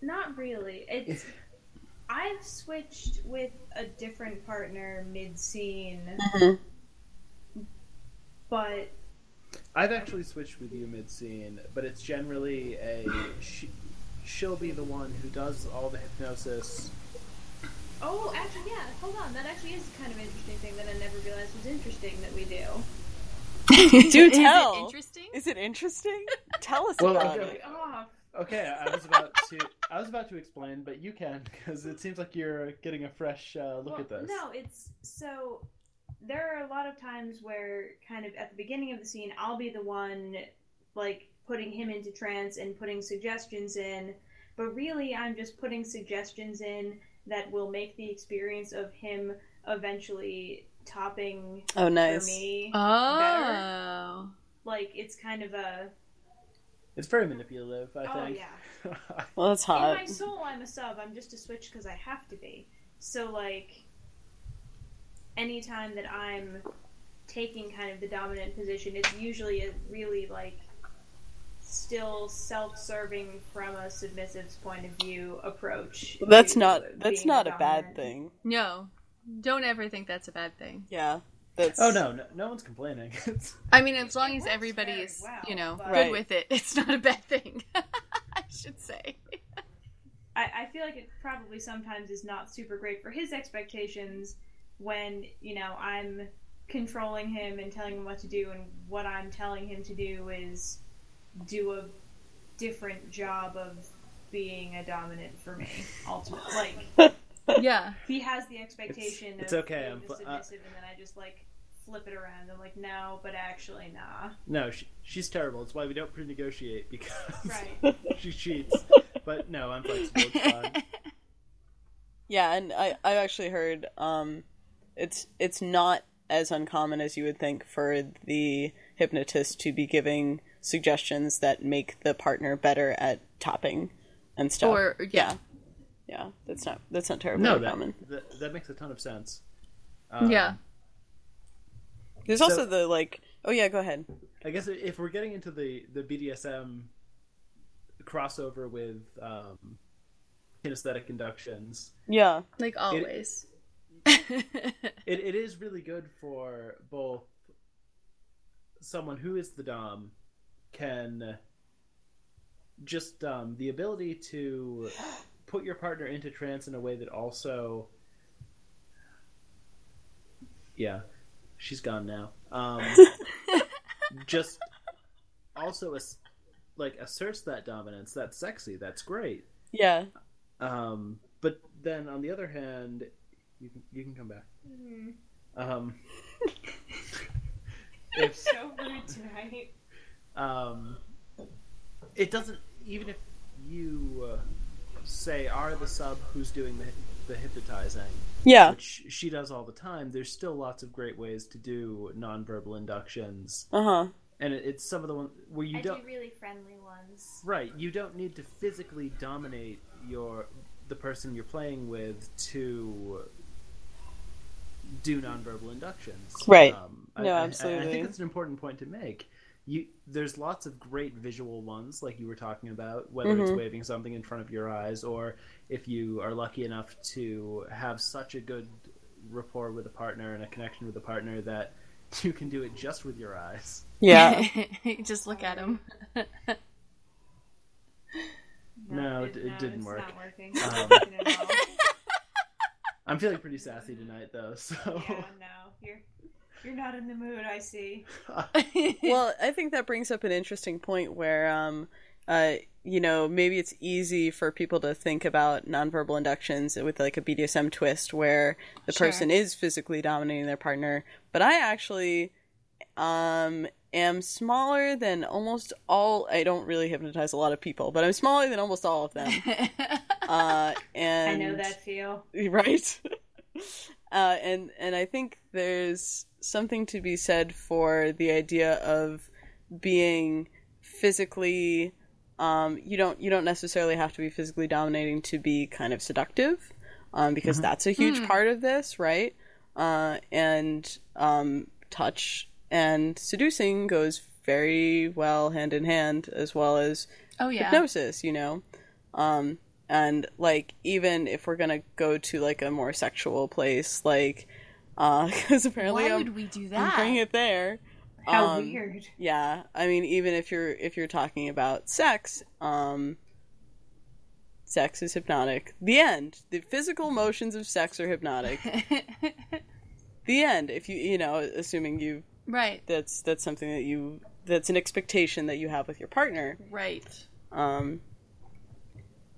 S3: Not really.
S4: *laughs*
S3: It's. I've switched with a different partner mid scene, but
S4: I've actually switched with you mid scene, but it's generally a she, she'll be the one who does all the hypnosis.
S3: oh, actually, yeah. Hold on. That actually is kind of an interesting thing that I never realized was interesting that we do.
S1: *laughs* Do
S2: Is it
S1: tell.
S2: interesting?
S1: Is it interesting? *laughs* Tell us
S4: Well,
S1: about
S4: okay.
S1: it.
S3: Oh,
S4: Okay, I was about to I was about to explain, but you can because it seems like you're getting a fresh uh, look
S3: Well,
S4: at this.
S3: No, it's so there are a lot of times where kind of at the beginning of the scene I'll be the one like putting him into trance and putting suggestions in, but really I'm just putting suggestions in that will make the experience of him eventually topping
S1: Oh,
S3: for
S1: nice.
S3: me.
S2: Uh, Oh.
S3: like it's kind of a
S4: It's very manipulative, I
S3: Oh,
S4: think.
S1: Well, that's
S3: in
S1: hot.
S3: my soul I'm a sub. I'm just a switch because I have to be. So like anytime that I'm taking kind of the dominant position, it's usually a really like still self-serving from a submissive's point of view approach.
S1: That's
S3: to
S1: not that's
S3: being
S1: not
S3: the
S1: a bad
S3: dominant.
S1: thing.
S2: No. Don't ever think that's a bad thing.
S1: Yeah. That's
S4: *laughs* oh no, no, no one's complaining. *laughs* It's-
S2: I mean, as long
S3: It
S2: as
S3: works
S2: everybody
S3: very
S2: is,
S3: well,
S2: you know,
S3: but-
S2: good
S1: Right.
S2: with it, *laughs* it's not a bad thing. *laughs* I should say.
S3: I, I feel like it probably sometimes is not super great for his expectations when, you know, I'm controlling him and telling him what to do, and what I'm telling him to do is do a different job of being a dominant for me,
S4: *laughs*
S3: ultimately. like,
S2: Yeah.
S3: he has the expectation
S4: It's- it's
S3: of
S4: okay,
S3: being
S4: I'm
S3: the
S4: fl- uh,
S3: submissive, and then I just, like, flip it around. I'm like, no, but actually,
S4: *laughs*
S3: nah.
S4: no, she, she's terrible. It's why we don't pre-negotiate because
S3: Right.
S4: *laughs* she cheats. But no, I'm flexible. It's fine.
S1: Yeah, and I I've actually heard um it's it's not as uncommon as you would think for the hypnotist to be giving suggestions that make the partner better at topping and stuff.
S2: Or yeah.
S1: Yeah, that's not that's not terribly
S4: No, that,
S1: uncommon.
S4: that that makes a ton of sense.
S2: Yeah.
S4: Um,
S1: There's
S4: So-
S1: also the like oh yeah, go ahead.
S4: I guess if we're getting into the the BDSM crossover with um, kinesthetic inductions,
S1: Yeah.
S2: Like always.
S4: it, it is really good for both someone who is the dom can just um, the ability to put your partner into trance in a way that also yeah she's gone now um, just also ass- like asserts that dominance that's sexy that's great
S1: Yeah.
S4: um, but then on the other hand you can, you can come back
S3: Mm,
S4: um, if
S3: so rude tonight.
S4: um, it doesn't, even if you uh, say are the sub who's doing the the hypnotizing,
S1: Yeah.
S4: which she does all the time, there's still lots of great ways to do nonverbal inductions,
S1: Uh-huh.
S4: and it, it's some of the ones where you
S3: I
S4: don't
S3: do really friendly ones.
S4: right you don't need to physically dominate your the person you're playing with to do nonverbal inductions
S1: Right.
S4: um,
S1: No,
S4: I, I, I
S1: absolutely.
S4: think that's an important point to make you there's lots of great visual ones like you were talking about whether it's
S1: Mhm.
S4: waving something in front of your eyes or if you are lucky enough to have such a good rapport with a partner and a connection with a partner that *laughs* you can do it just with your eyes
S1: *laughs*
S2: *laughs*
S1: Yeah.
S2: Just look at him.
S4: No, it- it didn't
S3: it's
S4: work.
S3: Not working. *laughs*
S4: Um,
S3: Not working at all.
S1: *laughs*
S4: i'm feeling pretty sassy tonight though so
S3: Yeah, no, you're you're not in the mood. I see.
S1: well, I think that brings up an interesting point where, um, uh, you know, maybe it's easy for people to think about nonverbal inductions with like a BDSM twist where the
S2: Sure.
S1: person is physically dominating their partner. But I actually um, am smaller than almost all. I don't really hypnotize a lot of people, but I'm smaller than almost all of
S3: *laughs*
S1: them. uh,
S3: I
S1: and
S3: know that feel.
S1: *laughs* right uh, and and i think there's something to be said for the idea of being physically um, you don't you don't necessarily have to be physically dominating to be kind of seductive um, because that's a huge part of this right uh, and um, touch and seducing goes very well hand in hand as well as
S2: *laughs* oh yeah.
S1: hypnosis, you know. Um and like even if we're going to go to like a more sexual place like uh *laughs* cuz apparently
S2: Why
S1: I'm,
S2: would we do
S1: I'm bringing
S2: that?
S1: it there.
S3: How
S1: Um, *laughs*
S3: weird.
S1: Yeah. I mean even if you're if you're talking about sex, um sex is hypnotic. The end. The physical motions of sex are
S2: *laughs*
S1: hypnotic. the end. If you you know, assuming you
S2: right.
S1: that's that's something that you that's an expectation that you have with your partner.
S2: Right.
S1: Um,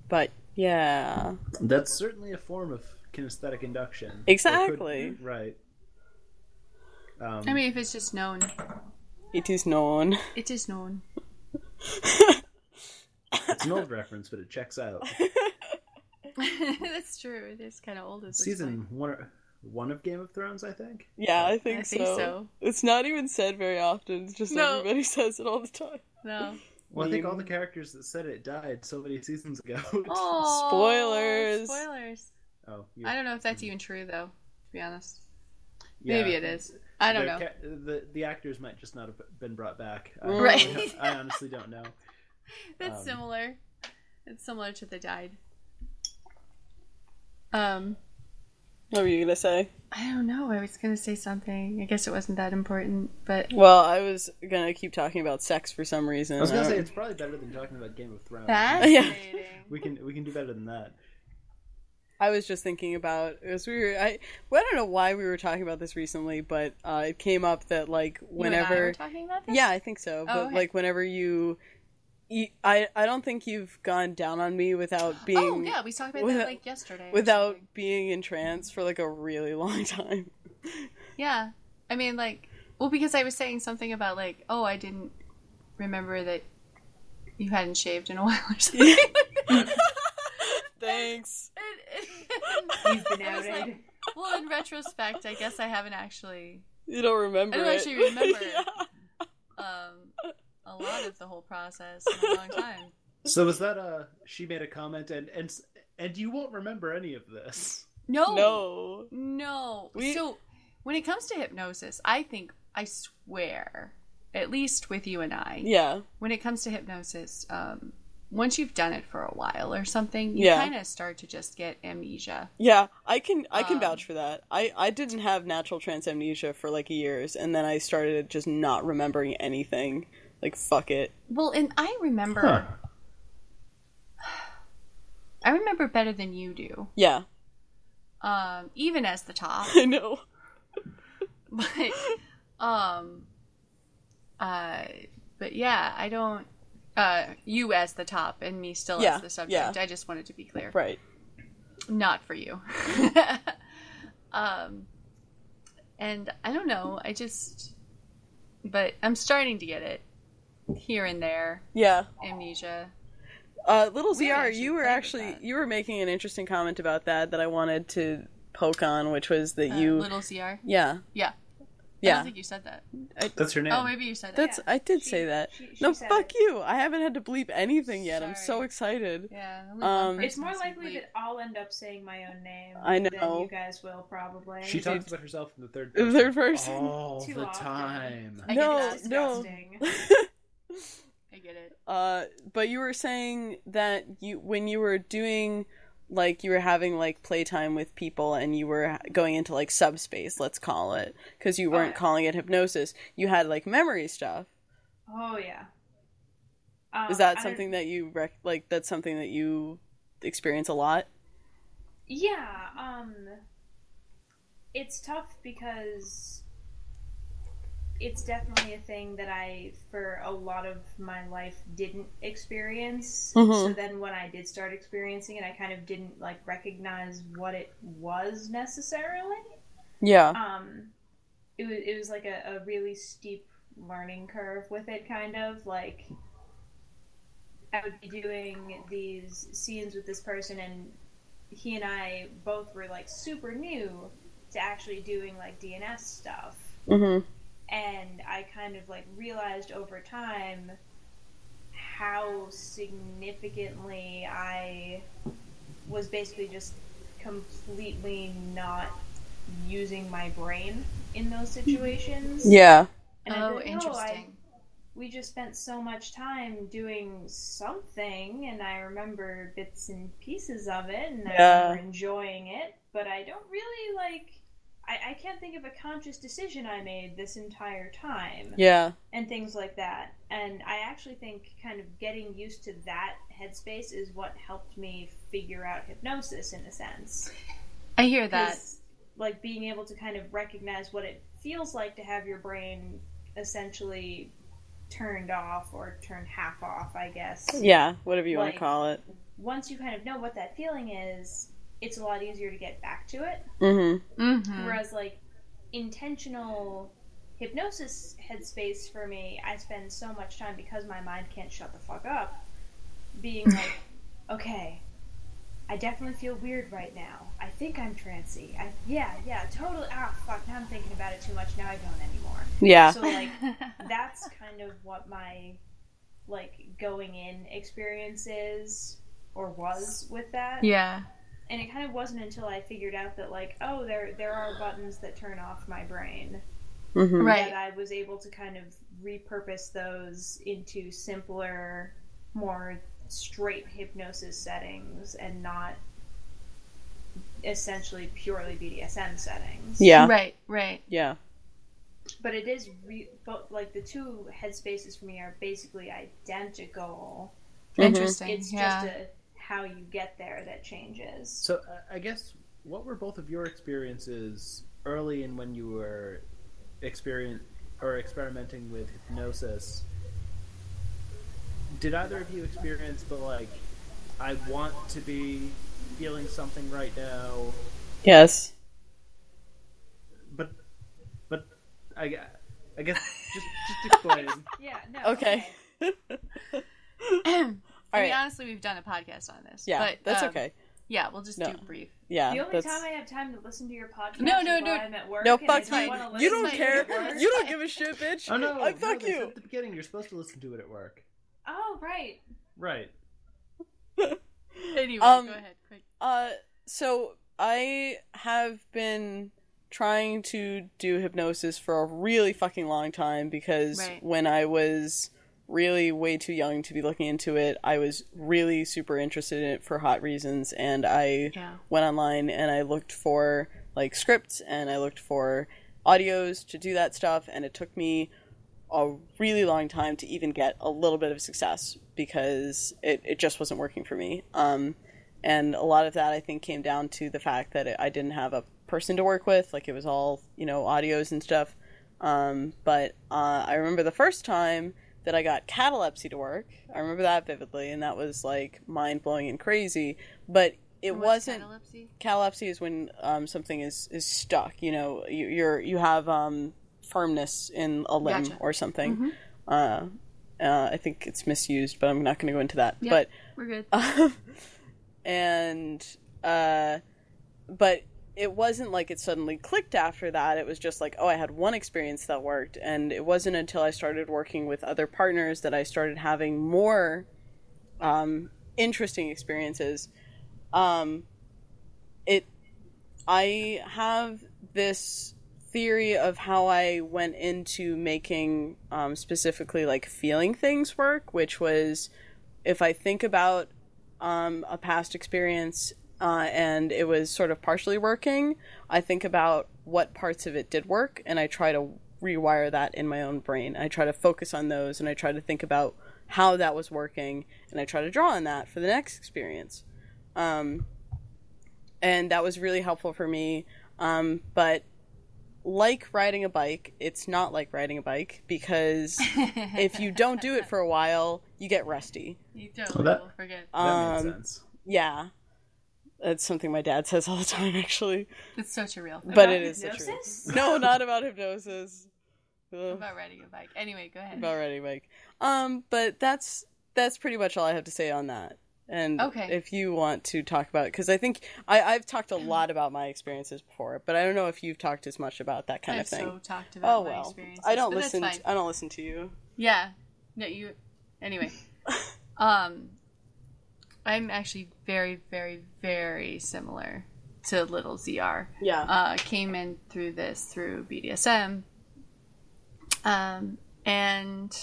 S1: but yeah,
S4: That's certainly a form of kinesthetic induction. Or could-
S1: Exactly.
S4: right. Um,
S2: I mean, if it's just known,
S1: it is known. *laughs*
S2: it is known.
S4: It's an old reference, but it checks out.
S2: *laughs* That's true. It is kind of old at this
S4: Season one, or- one of Game of Thrones, I think.
S1: Yeah, I
S2: point.
S1: think,
S2: I think so.
S1: It's not even said very often. It's just
S2: No.
S1: everybody *laughs* says it all the time.
S2: *laughs* No.
S4: Well, I think all the
S1: Meme.
S4: characters that said it died so many seasons ago.
S2: *laughs* Oh,
S1: Spoilers.
S2: Spoilers.
S4: *laughs* oh, you-
S2: I don't know if that's even true though. To be honest,
S4: yeah.
S2: maybe it is. I don't
S4: Their
S2: know.
S4: ca- the the actors might just not have been brought back. I-
S2: Right.
S4: I honestly don't know.
S2: That's
S4: um,
S2: similar. It's similar to the died. Um,
S1: What were you gonna say?
S2: I don't know. I was gonna say something. I guess it wasn't that important, but
S1: Well, I was gonna keep talking about sex for some reason. Um,
S4: I was gonna
S1: I
S4: say
S1: don't-
S4: it's probably better than talking about Game of
S1: *laughs*
S4: Thrones.
S2: fascinating.
S4: We can we can do better than that.
S1: I was just thinking about as we were. I well, I don't know why we were talking about this recently, but uh, it came up that like
S2: you and I
S1: whenever
S2: were talking about this. Oh,
S1: Yeah, I think so. But
S2: okay.
S1: like whenever you, you I I don't think you've gone down on me without being
S2: Oh yeah, we talked about
S1: without-
S2: that like yesterday. or
S1: without
S2: something.
S1: being in trance for like a really long
S2: *laughs*
S1: time.
S2: Yeah, I mean like well because I was saying something about like oh I didn't remember that you hadn't shaved in a while
S1: *laughs*
S2: or something. *laughs*
S1: Thanks.
S3: You've
S2: *laughs*
S3: been
S2: I was
S3: outed.
S2: like, well, in retrospect, I guess I haven't actually
S1: You don't remember.
S2: I don't
S1: it.
S2: actually remember it.
S1: *laughs* Yeah.
S2: um, a lot of the whole process in a long time.
S4: So was that uh she made a comment and and s- and you won't remember any of this.
S2: No,
S1: No.
S2: no.
S1: We-
S2: So when it comes to hypnosis, I think I swear, at least with you and I,
S1: Yeah.
S2: when it comes to hypnosis, um, once you've done it for a while or something, you
S1: Yeah.
S2: kind of start to just get amnesia.
S1: Yeah, I can I can
S2: Um,
S1: vouch for that. I I didn't have natural trance amnesia for like years and then I started just not remembering anything. Like fuck it.
S2: Well, and I remember, I remember better than you do,
S1: Yeah. *laughs*
S2: um, even as the top.
S1: I know.
S2: but um uh but yeah i don't uh you as the top and me still
S1: Yeah,
S2: as the subject
S1: yeah.
S2: i just wanted to be clear
S1: Right.
S2: not for you *laughs* um and i don't know i just but i'm starting to get it here and there
S1: Yeah.
S2: amnesia
S1: Uh, little
S2: We
S1: ZR,
S2: actually
S1: you were
S2: played with
S1: actually
S2: that.
S1: you were making an interesting comment about that that I wanted to poke on, which was that
S2: uh,
S1: you,
S2: little cr
S1: yeah,
S2: yeah i
S1: yeah,
S2: don't think you said that
S4: That's her name.
S2: oh maybe you said that
S1: that's I did
S3: She-
S1: say that.
S3: she- she
S1: no,
S3: said
S1: fuck
S3: it.
S1: you! I haven't had to bleep anything yet. I'm
S2: Sorry.
S1: so excited. *laughs*
S2: yeah only one
S1: Um,
S3: It's
S2: person
S3: more
S2: has
S3: likely
S2: complete-
S3: that I'll end up saying my own name.
S1: I know.
S3: Than you guys will probably.
S4: she talks about herself in the third
S1: In
S4: person.
S1: the third person.
S4: all
S3: Too
S4: the
S3: often.
S4: time.
S2: I get
S1: no,
S2: that.
S1: no.
S3: Disgusting.
S2: i get it
S1: Uh, but you were saying that you when you were doing like you were having like playtime with people and you were going into like subspace, let's call it, because you weren't
S3: yeah.
S1: calling it hypnosis. You had like memory stuff.
S3: Oh yeah. Um,
S1: Is that
S3: I-
S1: something that you rec- like? That's something that you experience a lot.
S3: Yeah, um it's tough because it's definitely a thing that I for a lot of my life didn't experience.
S1: Mhm.
S3: So then when I did start experiencing it, I kind of didn't like recognize what it was necessarily.
S1: Yeah.
S3: Um it was it was like a, a really steep learning curve with it kind of like I would be doing these scenes with this person, and he and I both were like super new to actually doing like DNS stuff.
S1: Mm-hmm.
S3: And I kind of like realized over time how significantly I was basically just completely not using my brain in those situations.
S1: Yeah.
S3: And
S2: oh
S3: I thought, "No, I-
S2: interesting
S3: we just spent so much time doing something and I remember bits and pieces of it and
S1: Yeah.
S3: I remember enjoying it, but I don't really like I, I can't think of a conscious decision I made this entire time
S1: Yeah.
S3: and things like that. And I actually think kind of getting used to that headspace is what helped me figure out hypnosis in a sense.
S2: i hear that
S3: 'Cause, like being able to kind of recognize what it feels like to have your brain essentially turned off or turned half off i guess
S1: Yeah. Whatever you want to
S3: Like-
S1: call it.
S3: once you kind of know what that feeling is it's a lot easier to get back to it
S1: Mm-hmm.
S2: Mm-hmm.
S3: whereas like intentional hypnosis headspace for me, I spend so much time because my mind can't shut the fuck up, being like, okay, I definitely feel weird right now. I think I'm trancy. I yeah yeah totally. Ah fuck. Now I'm thinking about it too much. Now I don't anymore.
S1: Yeah.
S3: So like that's kind of what my like going in experience is or was with that.
S2: yeah.
S3: And it kind of wasn't until I figured out that like oh there there are buttons that turn off my brain
S1: Mhm.
S2: Right.
S3: that I was able to kind of repurpose those into simpler, more straight hypnosis settings and not essentially purely BDSM settings.
S1: Yeah.
S2: Right, right.
S1: Yeah.
S3: But it is re- but like the two headspaces for me are basically identical.
S1: Mhm.
S2: Interesting.
S3: It's
S2: yeah.
S3: just a how you get there that changes.
S4: So uh, I- I guess what were both of your experiences early in when you were experien or experimenting with hypnosis? Did either of you experience the like, I want to be feeling something right now,
S1: Yes.
S4: but but I, gu- I guess just just explain.
S3: Yeah, no. *laughs*
S1: Okay.
S2: I mean,
S1: right.
S2: honestly, we've done a podcast on this.
S1: Yeah.
S2: but,
S1: that's
S2: um,
S1: okay.
S2: Yeah, we'll just
S1: No.
S2: do brief.
S1: Yeah.
S3: the only
S1: that's...
S3: time I have time to listen to your podcast
S2: No, no,
S3: is
S2: no.
S3: while I'm at work.
S1: No,
S3: and I
S1: fuck
S3: don't
S2: you.
S3: wanna
S1: You
S3: listen
S1: don't
S3: to
S1: care.
S3: at work.
S1: You don't give a shit, bitch.
S4: Oh no!
S1: I
S4: no,
S1: fuck
S4: they said
S1: you.
S4: At the beginning, you're supposed to listen to it at work.
S3: Oh, right.
S4: Right.
S2: Anyway,
S1: Um,
S2: go ahead. Quick.
S1: Uh, so I have been trying to do hypnosis for a really fucking long time because
S2: Right.
S1: when I was really way too young to be looking into it, I was really super interested in it for hot reasons, and I
S2: Yeah.
S1: went online and I looked for like scripts and I looked for audios to do that stuff, and it took me a really long time to even get a little bit of success because it, it just wasn't working for me. Um, and a lot of that I think came down to the fact that it, I didn't have a person to work with, like it was all you know audios and stuff. Um, but uh, I remember the first time that I got catalepsy to work. I remember that vividly, and that was like mind blowing and crazy. But it
S2: What's
S1: wasn't
S2: catalepsy?
S1: catalepsy is when um, something is, is stuck. You know, you, you're you have um, firmness in a limb
S2: Gotcha. Mm-hmm.
S1: or something. Uh, uh, I think it's misused, but I'm not going to go into that.
S2: Yeah.
S1: But
S2: We're good.
S1: Uh, *laughs* and uh, but it wasn't like it suddenly clicked after that. It was just like, oh, I had one experience that worked, and it wasn't until I started working with other partners that I started having more um, interesting experiences. Um, it, I have this theory of how I went into making um, specifically like feeling things work, which was if I think about um, a past experience uh, and it was sort of partially working, I think about what parts of it did work and I try to rewire that in my own brain. I try to focus on those and I try to think about how that was working and I try to draw on that for the next experience. Um, and that was really helpful for me. Um, but like riding a bike, it's not like riding a bike because if you don't do it for a while, you get rusty.
S2: you totally
S4: that-
S2: will forget.
S4: That
S1: Um,
S4: made sense.
S1: Yeah. That's something my dad says all the time, actually.
S2: It's such a real thing.
S1: But
S3: About
S1: it is the
S3: hypnosis?
S1: truth. No, not about hypnosis. Ugh,
S2: about riding a bike. Anyway, go ahead.
S1: about ready, Mike. Um, but that's that's pretty much all I have to say on that. And
S2: Okay.
S1: if you want to talk about, because I think I, I've talked a lot about my experiences before, but I don't know if you've talked as much about that kind
S2: I've
S1: of thing.
S2: so talked about
S1: oh
S2: my
S1: well,
S2: experiences.
S1: I don't
S2: but
S1: listen.
S2: That's fine.
S1: I don't listen to you.
S2: Yeah. No, you.
S1: *laughs*
S2: Anyway, um, I'm actually very, very, very similar to little ZR.
S1: Yeah.
S2: Uh, came in through this through BDSM. Um, and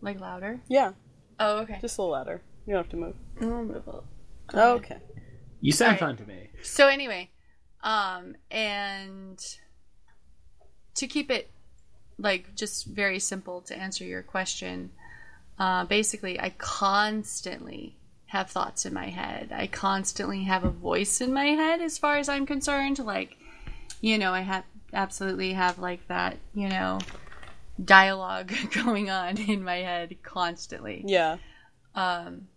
S2: like louder.
S1: yeah.
S2: Oh, okay.
S1: Just a little louder. You don't have to move.
S2: I'll move up.
S1: Okay.
S4: You sound
S2: Alright.
S4: fun to me.
S2: So anyway, um, and to keep it like just very simple to answer your question, uh, basically, I constantly have thoughts in my head. I constantly have a voice in my head, as far as I'm concerned. Like, you know, I have absolutely have like that, you know, dialogue *laughs* going on in my head constantly.
S1: Yeah.
S2: Um,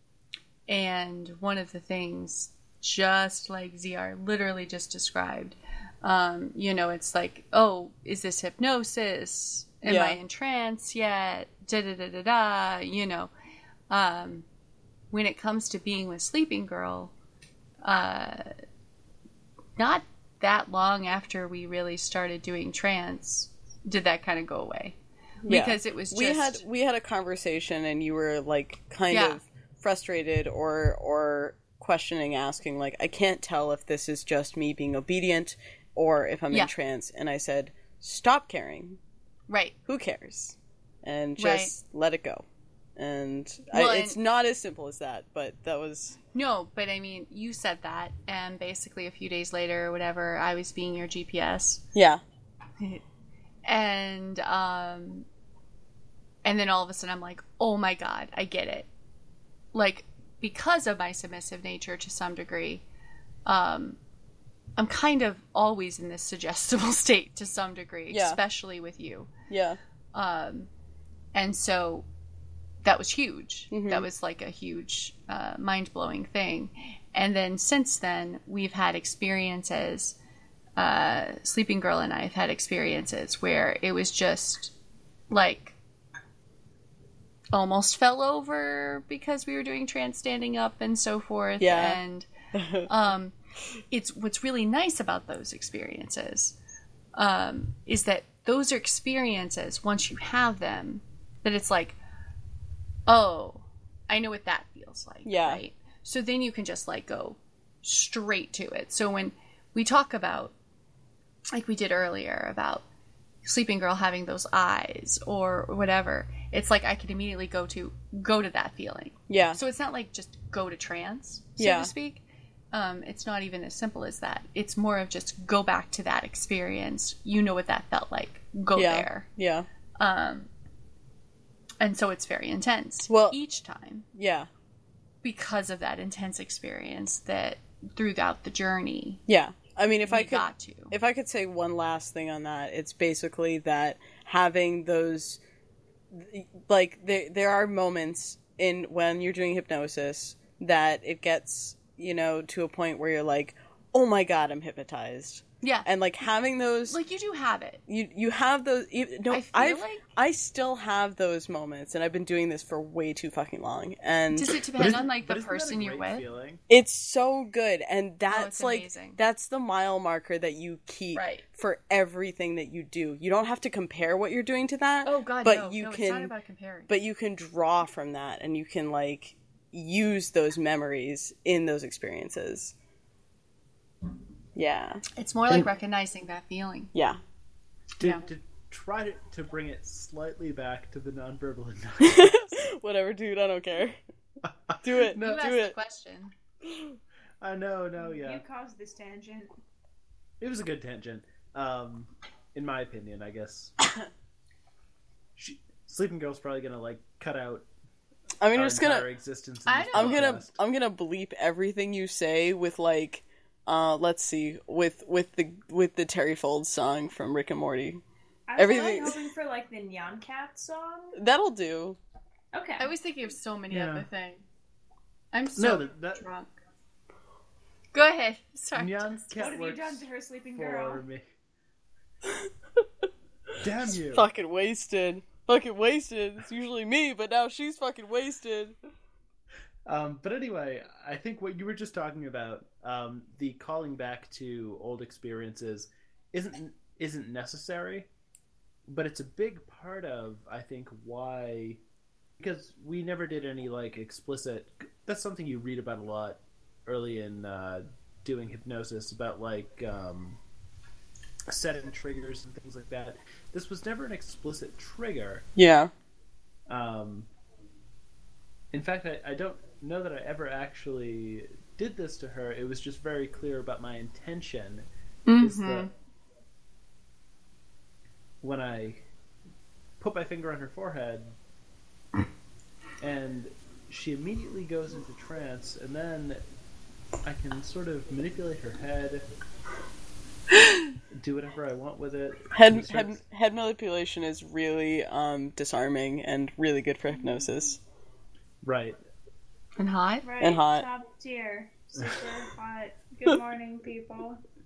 S2: and one of the things, just like ZR literally just described, Um, you know, it's like, oh, is this hypnosis? Am
S1: Yeah.
S2: I in trance yet? Da da da da da. You know, um, when it comes to being with Sleeping Girl, uh, not that long after we really started doing trance, did that kind of go away
S1: Yeah.
S2: because it was just
S1: we had we had a conversation and you were like kind
S2: Yeah.
S1: of frustrated or or questioning asking like i can't tell if this is just me being obedient or if i'm
S2: Yeah.
S1: in trance and i said stop caring
S2: right.
S1: who cares and just let it go and
S2: Well,
S1: I,
S2: and-
S1: it's not as simple as that but that was
S2: No, but I mean, you said that, and basically a few days later or whatever, I was being your GPS,
S1: yeah
S2: and um, and then all of a sudden I'm like, oh my god, I get it. Like because of my submissive nature to some degree, um, I'm kind of always in this suggestible *laughs* state to some degree,
S1: Yeah.
S2: especially with you.
S1: yeah
S2: Um, and so that was huge.
S1: Mhm.
S2: That was like a huge, uh, mind blowing thing. And then since then, we've had experiences. Uh, Sleeping Girl and I have had experiences where it was just like almost fell over because we were doing trans standing up and so forth.
S1: Yeah.
S2: And um, it's what's really nice about those experiences um, is that those are experiences once you have them that it's like oh i know what that feels like
S1: Yeah.
S2: right so then you can just like go straight to it so when we talk about like we did earlier about sleeping girl having those eyes or whatever it's like i can immediately go to go to that feeling
S1: yeah
S2: so it's not like just go to trance, so
S1: Yeah.
S2: to speak. Um, it's not even as simple as that. It's more of just go back to that experience. You know what that felt like. Go
S1: yeah
S2: there.
S1: yeah
S2: Um, and so it's very intense
S1: Well-
S2: each time
S1: yeah
S2: because of that intense experience that throughout the journey
S1: yeah i mean if
S2: we
S1: i could
S2: got to.
S1: if I could say one last thing on that, it's basically that having those, like there there are moments in when you're doing hypnosis that it gets you know to a point where you're like, oh my god, I'm hypnotized,
S2: yeah.
S1: and like having those.
S2: like you do have it.
S1: you, you have those you, no
S2: I feel
S1: I've-
S2: like-
S1: I still have those moments and I've been doing this for way too fucking long and
S2: Does it depend on like
S4: But
S2: the
S4: isn't that a
S2: person you're
S4: great
S2: with?
S4: Feeling?
S1: It's so good, and that's like
S2: Oh, amazing.
S1: that's the mile marker that you keep
S2: Right.
S1: for everything that you do. You don't have to compare what you're doing to that.
S2: Oh god,
S1: but
S2: no.
S1: you
S2: no,
S1: can,
S2: it's not about comparing.
S1: but you can draw from that, and you can like use those memories in those experiences. Yeah,
S2: it's more like recognizing that feeling.
S1: yeah, *laughs*
S4: To,
S2: Yeah.
S4: to try to, to bring it slightly back to the nonverbal. *laughs*
S1: whatever, dude. I don't care. do it,
S2: you asked
S1: do
S2: the
S1: it.
S2: question.
S4: I know, no, yeah.
S3: You caused this tangent.
S4: It was a good tangent, um, in my opinion.
S1: *coughs*
S4: I guess she, Sleeping Girl's probably gonna like cut out
S1: I mean,
S4: our
S1: we're just gonna
S4: entire existence. In
S2: I
S4: this
S2: don't-
S1: I'm gonna
S4: podcast.
S1: I'm gonna bleep everything you say with like uh let's see with with the with the Terry Fold song from Rick and Morty.
S3: I was
S1: Everything-
S3: really hoping for like the Nyan Cat song.
S1: That'll do.
S3: Okay.
S2: I was thinking of so many
S4: Yeah.
S2: other things. I'm so
S4: No, that, that
S2: drunk. Go ahead. Sorry.
S4: Nyan
S3: what
S4: Cat
S3: have you
S4: works
S3: done to her sleeping
S4: for
S3: girl?
S4: me. Damn
S1: *laughs*
S4: you!
S1: Fucking wasted. Fucking wasted. It's usually me, but now she's fucking wasted.
S4: Um, but anyway, I think what you were just talking about, um, the calling back to old experiences, isn't isn't necessary, but it's a big part of I think why, because we never did any like explicit. That's something you read about a lot early in uh, doing hypnosis about like um, setting triggers and things like that. This was never an explicit trigger.
S1: Yeah.
S4: Um, in fact, I, I don't know that I ever actually did this to her. It was just very clear about my intention. Is
S2: Mhm.
S4: that when I put my finger on her forehead, and she immediately goes into trance, and then I can sort of manipulate her head, do whatever I want with it.
S1: Head,
S4: It starts-
S1: head head manipulation is really um disarming and really good for hypnosis.
S4: Right.
S2: And hot.
S3: Right.
S1: And hot.
S4: *laughs*
S3: Top tier. Super hot. Good morning, people.
S2: *laughs*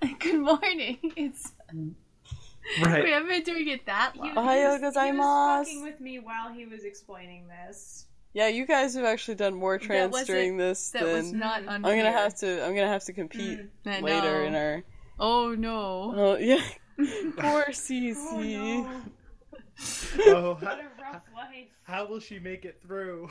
S2: Good morning. It's we
S4: Right.
S2: haven't been doing it that
S3: He, he
S2: long.
S3: was-
S1: Ohayou
S3: he was
S1: gozaimasu.
S3: fucking with me while he was explaining this.
S1: Yeah, you guys have actually done more trance
S2: wasn't-
S1: during this
S2: That was
S1: than
S2: not
S3: I'm
S2: unfair.
S1: I'm gonna have to. I'm gonna have to compete
S2: I
S1: later
S2: know.
S1: in our.
S2: Oh no.
S1: Oh
S2: *laughs*
S1: yeah, poor
S3: Oh
S1: CC.
S3: no!
S4: Oh, how,
S3: What a rough life.
S4: how will she make it through?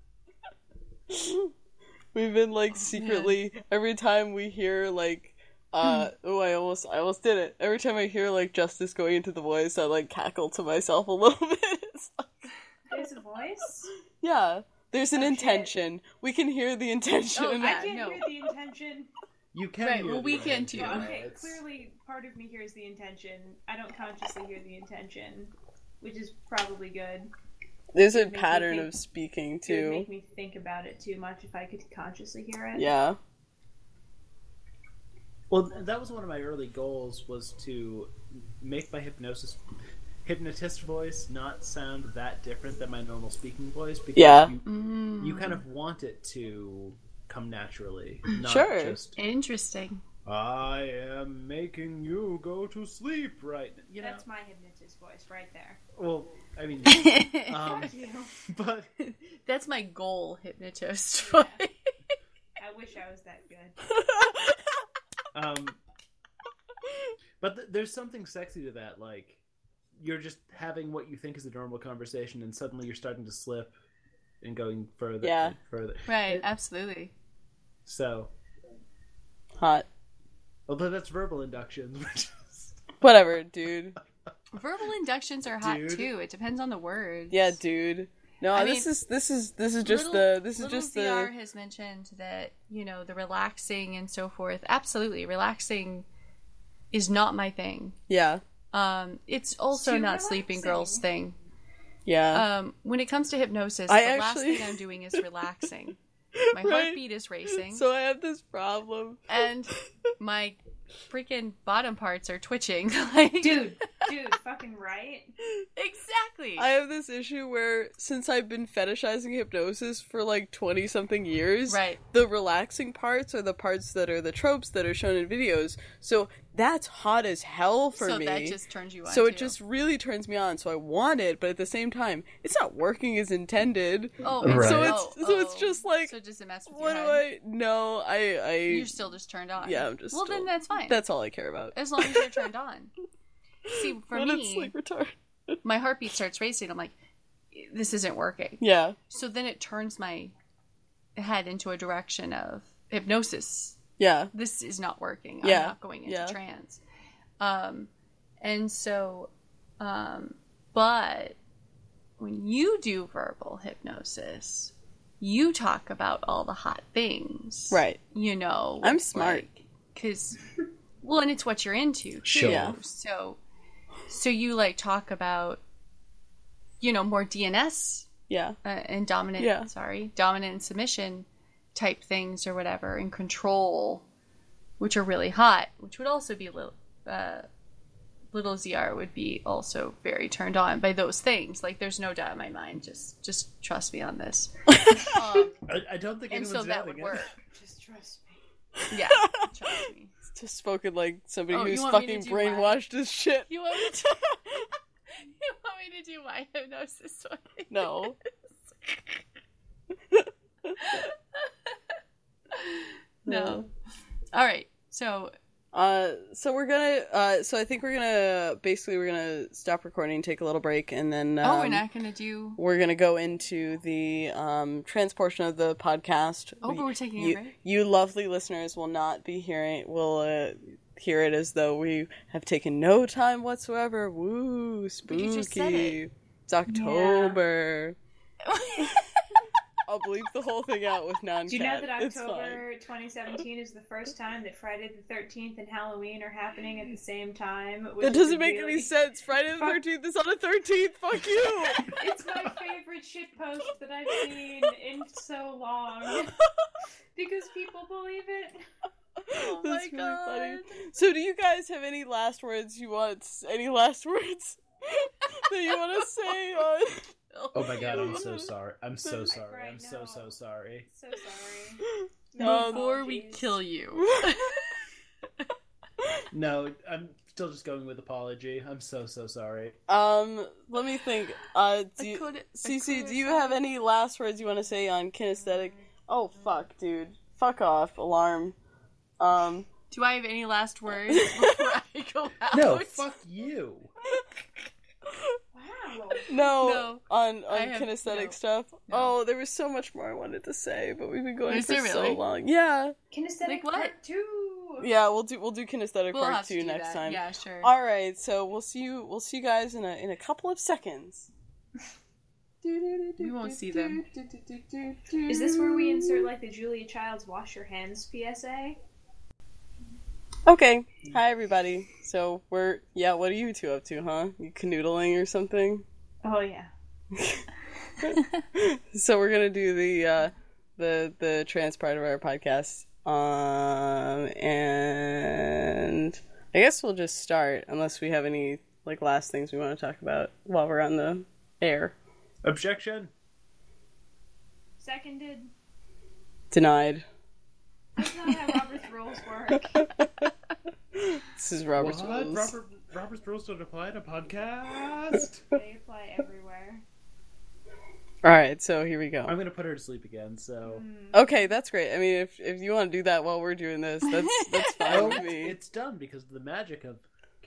S1: *laughs* We've been like secretly every time we hear like uh oh I almost I almost did it. Every time I hear like justice going into the voice, I like cackle to myself a little *laughs* bit. It's like,
S3: There's a voice.
S1: yeah. There's an
S3: Oh, shit.
S1: intention. We can hear the intention.
S2: Oh,
S3: I
S2: Yeah,
S3: can't
S2: no.
S3: hear the intention.
S4: You can.
S2: Right,
S4: hear
S2: well,
S4: the
S2: we can too.
S4: intention, though.
S3: okay,
S4: It's-
S3: clearly part of me hears the intention. I don't consciously hear the intention, which is probably good.
S1: *laughs* There's
S3: It
S1: a
S3: makes me
S1: pattern
S3: think-
S1: of speaking
S3: It would
S1: too.
S3: make me think about it too much if I could consciously hear it.
S1: Yeah.
S4: Well, th- that was one of my early goals was to make my hypnosis hypnotist voice not sound that different than my normal speaking voice because
S1: Yeah.
S4: you,
S2: Mm.
S4: you kind of want it to come
S2: *clears throat*
S4: naturally, not
S1: Sure.
S4: just
S2: *laughs* Interesting.
S4: I am making you go to sleep right. n-" You know,
S3: That's my hypnotist voice right there.
S4: well,
S2: *laughs*
S4: I mean, um, *laughs*
S3: Fuck you.
S4: but
S2: That's my goal, hypnotist. *laughs*
S3: I wish I was that good.
S2: *laughs*
S4: um, but th- there's something sexy to that, like. You're just having what you think is a normal conversation, and suddenly you're starting to slip and going further
S1: Yeah.
S4: and further.
S2: right, absolutely.
S4: So,
S1: Hot.
S4: although that's verbal inductions, *laughs* which is
S1: Whatever, dude.
S2: Verbal inductions are hot
S4: Dude.
S2: too. It depends on the words.
S1: Yeah, dude. No,
S2: I
S1: this
S2: mean,
S1: is this is this is just
S2: Little-
S1: the this is
S2: Little
S1: just
S2: VR
S1: the
S2: has mentioned that you know the relaxing and so forth. Absolutely, relaxing is not my thing.
S1: yeah
S2: Um, it's also
S3: Too
S2: not sleeping
S3: relaxing.
S2: girls thing.
S1: yeah.
S2: Um, when it comes to hypnosis,
S1: I
S2: the
S1: actually-
S2: last thing I'm
S1: *laughs*
S2: doing is relaxing. My
S1: Right.
S2: heartbeat is racing,
S1: so I have this problem.
S2: and my freaking bottom parts are twitching. *laughs* like,
S3: Dude, dude, fucking right?
S2: exactly.
S1: I have this issue where since I've been fetishizing hypnosis for like 20 something years,
S2: Right.
S1: the relaxing parts are the parts that are the tropes that are shown in videos. So that's hot as hell for
S2: so
S1: me.
S2: that just turns you on.
S1: so it
S2: too.
S1: just really turns me on. So I want it, but at the same time, it's not working as intended.
S2: oh,
S4: Right.
S2: and
S4: So
S1: it's- so it's just like,
S2: so does it mess with
S1: What do
S2: your head?
S1: I? No, I. I
S2: You're still just turned on.
S1: Yeah, I'm just
S2: Well,
S1: still-
S2: then that's fine.
S1: that's all I care about.
S2: as long as you're
S1: *laughs*
S2: turned on. See, for
S1: But
S2: me,
S1: it's like retarded.
S2: my heartbeat starts racing. I'm like, this isn't working.
S1: Yeah,
S2: So then it turns my head into a direction of hypnosis.
S1: yeah,
S2: This is not working.
S1: Yeah,
S2: I'm not going into
S1: yeah.
S2: trance. Um, and so, um, but when you do verbal hypnosis, you talk about all the hot things.
S1: right.
S2: You know,
S1: I'm smart.
S2: because, well, and it's what you're into. Too.
S4: Sure.
S1: Yeah.
S2: So, so you like talk about, you know, more DNS
S1: Yeah,
S2: uh, and dominant
S1: Yeah.
S2: sorry dominant and submission type things or whatever and control which are really hot which would also be little uh, little zr would be also very turned on by those things like there's no doubt in my mind just just trust me on this um,
S4: I, I don't think
S2: and
S4: anyone's
S2: so that would
S4: doubting it.
S2: work
S3: Just trust
S1: *laughs*
S3: me.
S2: yeah trust me
S1: it's just spoken like somebody
S2: Oh, you
S1: who's
S2: want me to
S1: fucking
S2: do mine?
S1: brainwashed as shit.
S2: you want me to *laughs* you want me to do my hypnosis one?
S1: No.
S2: no all right so
S1: Uh, so we're gonna. Uh, so I think we're gonna basically we're gonna stop recording, take a little break, and then um,
S2: oh we're not gonna
S1: *laughs*
S2: do
S1: we're gonna go into the um, trans portion of the podcast.
S2: Oh, but we're taking a
S1: you,
S2: break.
S1: you lovely listeners will not be hearing. Will uh, hear it as though we have taken no time whatsoever. Woo, spooky!
S2: you just said it.
S1: It's October.
S2: Oh
S1: I'll bleep the whole thing out with non.
S3: Do you know that October 2017 is the first time that Friday the 13th and Halloween are happening at the same time? which
S1: That
S3: is
S1: doesn't make
S3: really-
S1: any sense. Friday the
S3: Fuck.
S1: thirteenth is on the thirteenth. Fuck you.
S2: *laughs*
S3: It's *laughs* my favorite shit post that I've seen in so *laughs* long because people believe it.
S2: Oh
S1: That's
S2: my
S1: really
S2: god.
S1: So, do you guys have any last words you want? Any last words *laughs* that you want to say? On...
S2: *laughs*
S4: Oh my god, I'm so sorry. I'm so
S1: Right
S4: sorry. I'm so
S3: now.
S4: so sorry.
S3: So sorry. No
S2: before we
S3: apologies.
S2: kill you.
S4: No, I'm still just going with apology. I'm so
S2: *laughs*
S4: so sorry.
S1: *laughs* um, let me think. Uh, do
S2: *laughs* I
S1: you,
S2: couldn't- I
S1: Cece,
S2: couldn't
S1: do you
S2: find-
S1: have any last words you want to say on kinesthetic? Oh fuck, dude. Fuck off. Alarm. Um. *laughs*
S2: Do I have any last words before I go
S1: *laughs*
S2: out?
S4: No, fuck you.
S3: Wow.
S1: No,
S2: No.
S1: on on
S2: I have-
S1: kinesthetic
S2: no.
S1: stuff.
S2: No.
S1: Oh, there was so much more I wanted to say, but we've been going
S2: Is
S1: for
S2: there
S1: so
S2: really?
S1: long. Yeah,
S3: Kinesthetic
S2: Like what?
S3: part two.
S1: yeah. We'll do we'll do kinesthetic
S2: We'll
S1: part
S2: have to
S1: two
S2: do
S1: next
S2: that.
S1: time.
S2: Yeah, sure.
S1: All right, so we'll see you we'll see you guys in a in a couple of seconds.
S2: We won't see them.
S3: Is this where we insert like the Julia Child's "Wash Your Hands" PSA?
S1: Okay. Hi everybody. So we're yeah. What are you two up to, huh? You canoodling or something?
S3: Oh yeah.
S1: so we're gonna do the uh, the the trans part of our podcast, um, and I guess we'll just start unless we have any like last things we want to talk about while we're on the air.
S4: Objection.
S3: Seconded.
S1: Denied.
S3: That's not how Robert's rules *laughs* work.
S1: This is Robert's
S4: what?
S1: rules.
S4: Robert, Robert's rules don't apply to podcast.
S3: They apply everywhere.
S1: All right, so here we
S4: I'm
S1: go.
S4: gonna put her to sleep again. So
S1: Okay, that's great. I mean, if if you want to do that while we're doing this, that's that's fine
S4: Oh,
S1: with me.
S4: it's done because of the magic of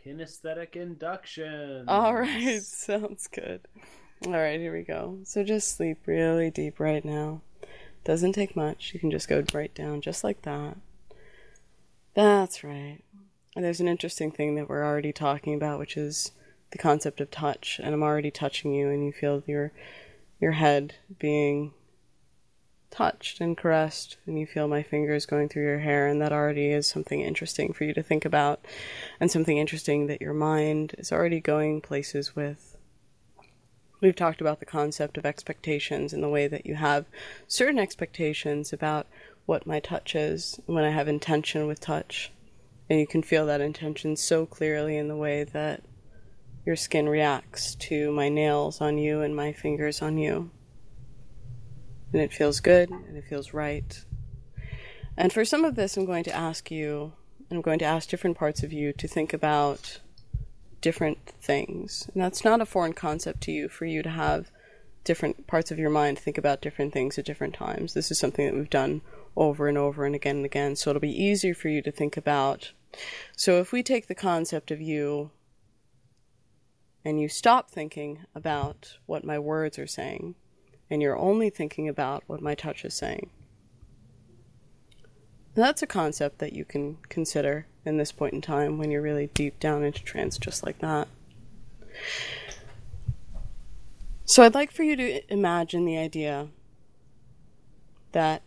S4: kinesthetic induction.
S1: All right, *laughs* sounds good. All right, here we go. So just sleep really deep right now. Doesn't take much. You can just go right down, just like that. That's right. And there's an interesting thing that we're already talking about, which is the concept of touch. And I'm already touching you, and you feel your your head being touched and caressed, and you feel my fingers going through your hair, and that already is something interesting for you to think about, and something interesting that your mind is already going places with. We've talked about the concept of expectations and the way that you have certain expectations about what my touch is when I have intention with touch. And you can feel that intention so clearly in the way that your skin reacts to my nails on you and my fingers on you and it feels good and it feels right. And for some of this, I'm going to ask you, and I'm going to ask different parts of you to think about different things. And that's not a foreign concept to you for you to have different parts of your mind think about different things at different times. This is something that we've done over and over and again and again, so it'll be easier for you to think about. So if we take the concept of you and you stop thinking about what my words are saying, and you're only thinking about what my touch is saying. And that's a concept that you can consider in this point in time when you're really deep down into trance, just like that. So, I'd like for you to imagine the idea that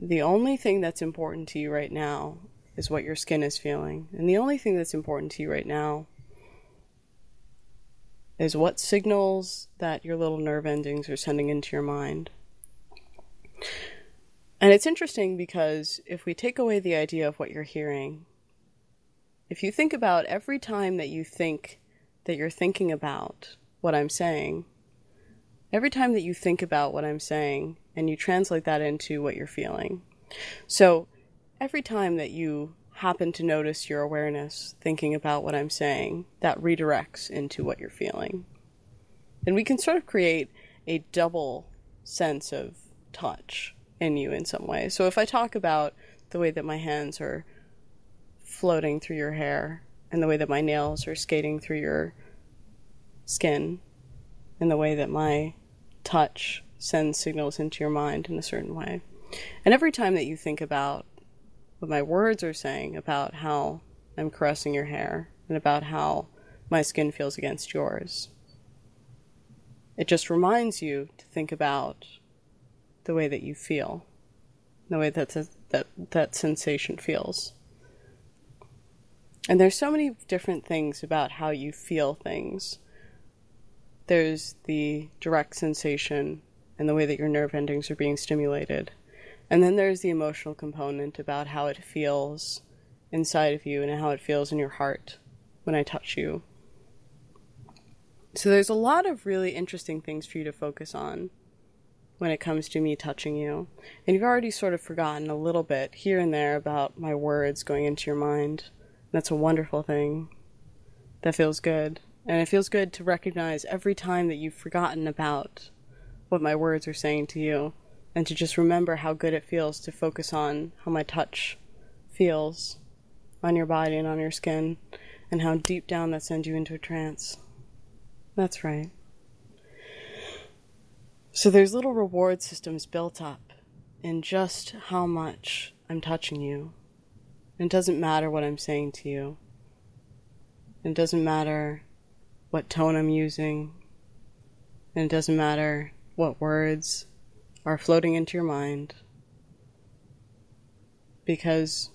S1: the only thing that's important to you right now is what your skin is feeling, and the only thing that's important to you right now is what signals that your little nerve endings are sending into your mind. And it's interesting because if we take away the idea of what you're hearing, if you think about every time that you think that you're thinking about what I'm saying, every time that you think about what I'm saying and you translate that into what you're feeling. So every time that you happen to notice your awareness thinking about what I'm saying, that redirects into what you're feeling. And we can sort of create a double sense of touch in you in some way. So if I talk about the way that my hands are floating through your hair and the way that my nails are skating through your skin and the way that my touch sends signals into your mind in a certain way. And every time that you think about what my words are saying about how I'm caressing your hair and about how my skin feels against yours. It just reminds you to think about the way that you feel, the way that that that sensation feels. And there's so many different things about how you feel things. There's the direct sensation and the way that your nerve endings are being stimulated. And then there's the emotional component about how it feels inside of you and how it feels in your heart when I touch you. So there's a lot of really interesting things for you to focus on when it comes to me touching you. And you've already sort of forgotten a little bit here and there about my words going into your mind. That's a wonderful thing. That feels good. And it feels good to recognize every time that you've forgotten about what my words are saying to you and to just remember how good it feels to focus on how my touch feels on your body and on your skin and how deep down that sends you into a trance. That's right. So there's little reward systems built up in just how much I'm touching you. And it doesn't matter what I'm saying to you. And it doesn't matter what tone I'm using. And it doesn't matter what words are floating into your mind. Because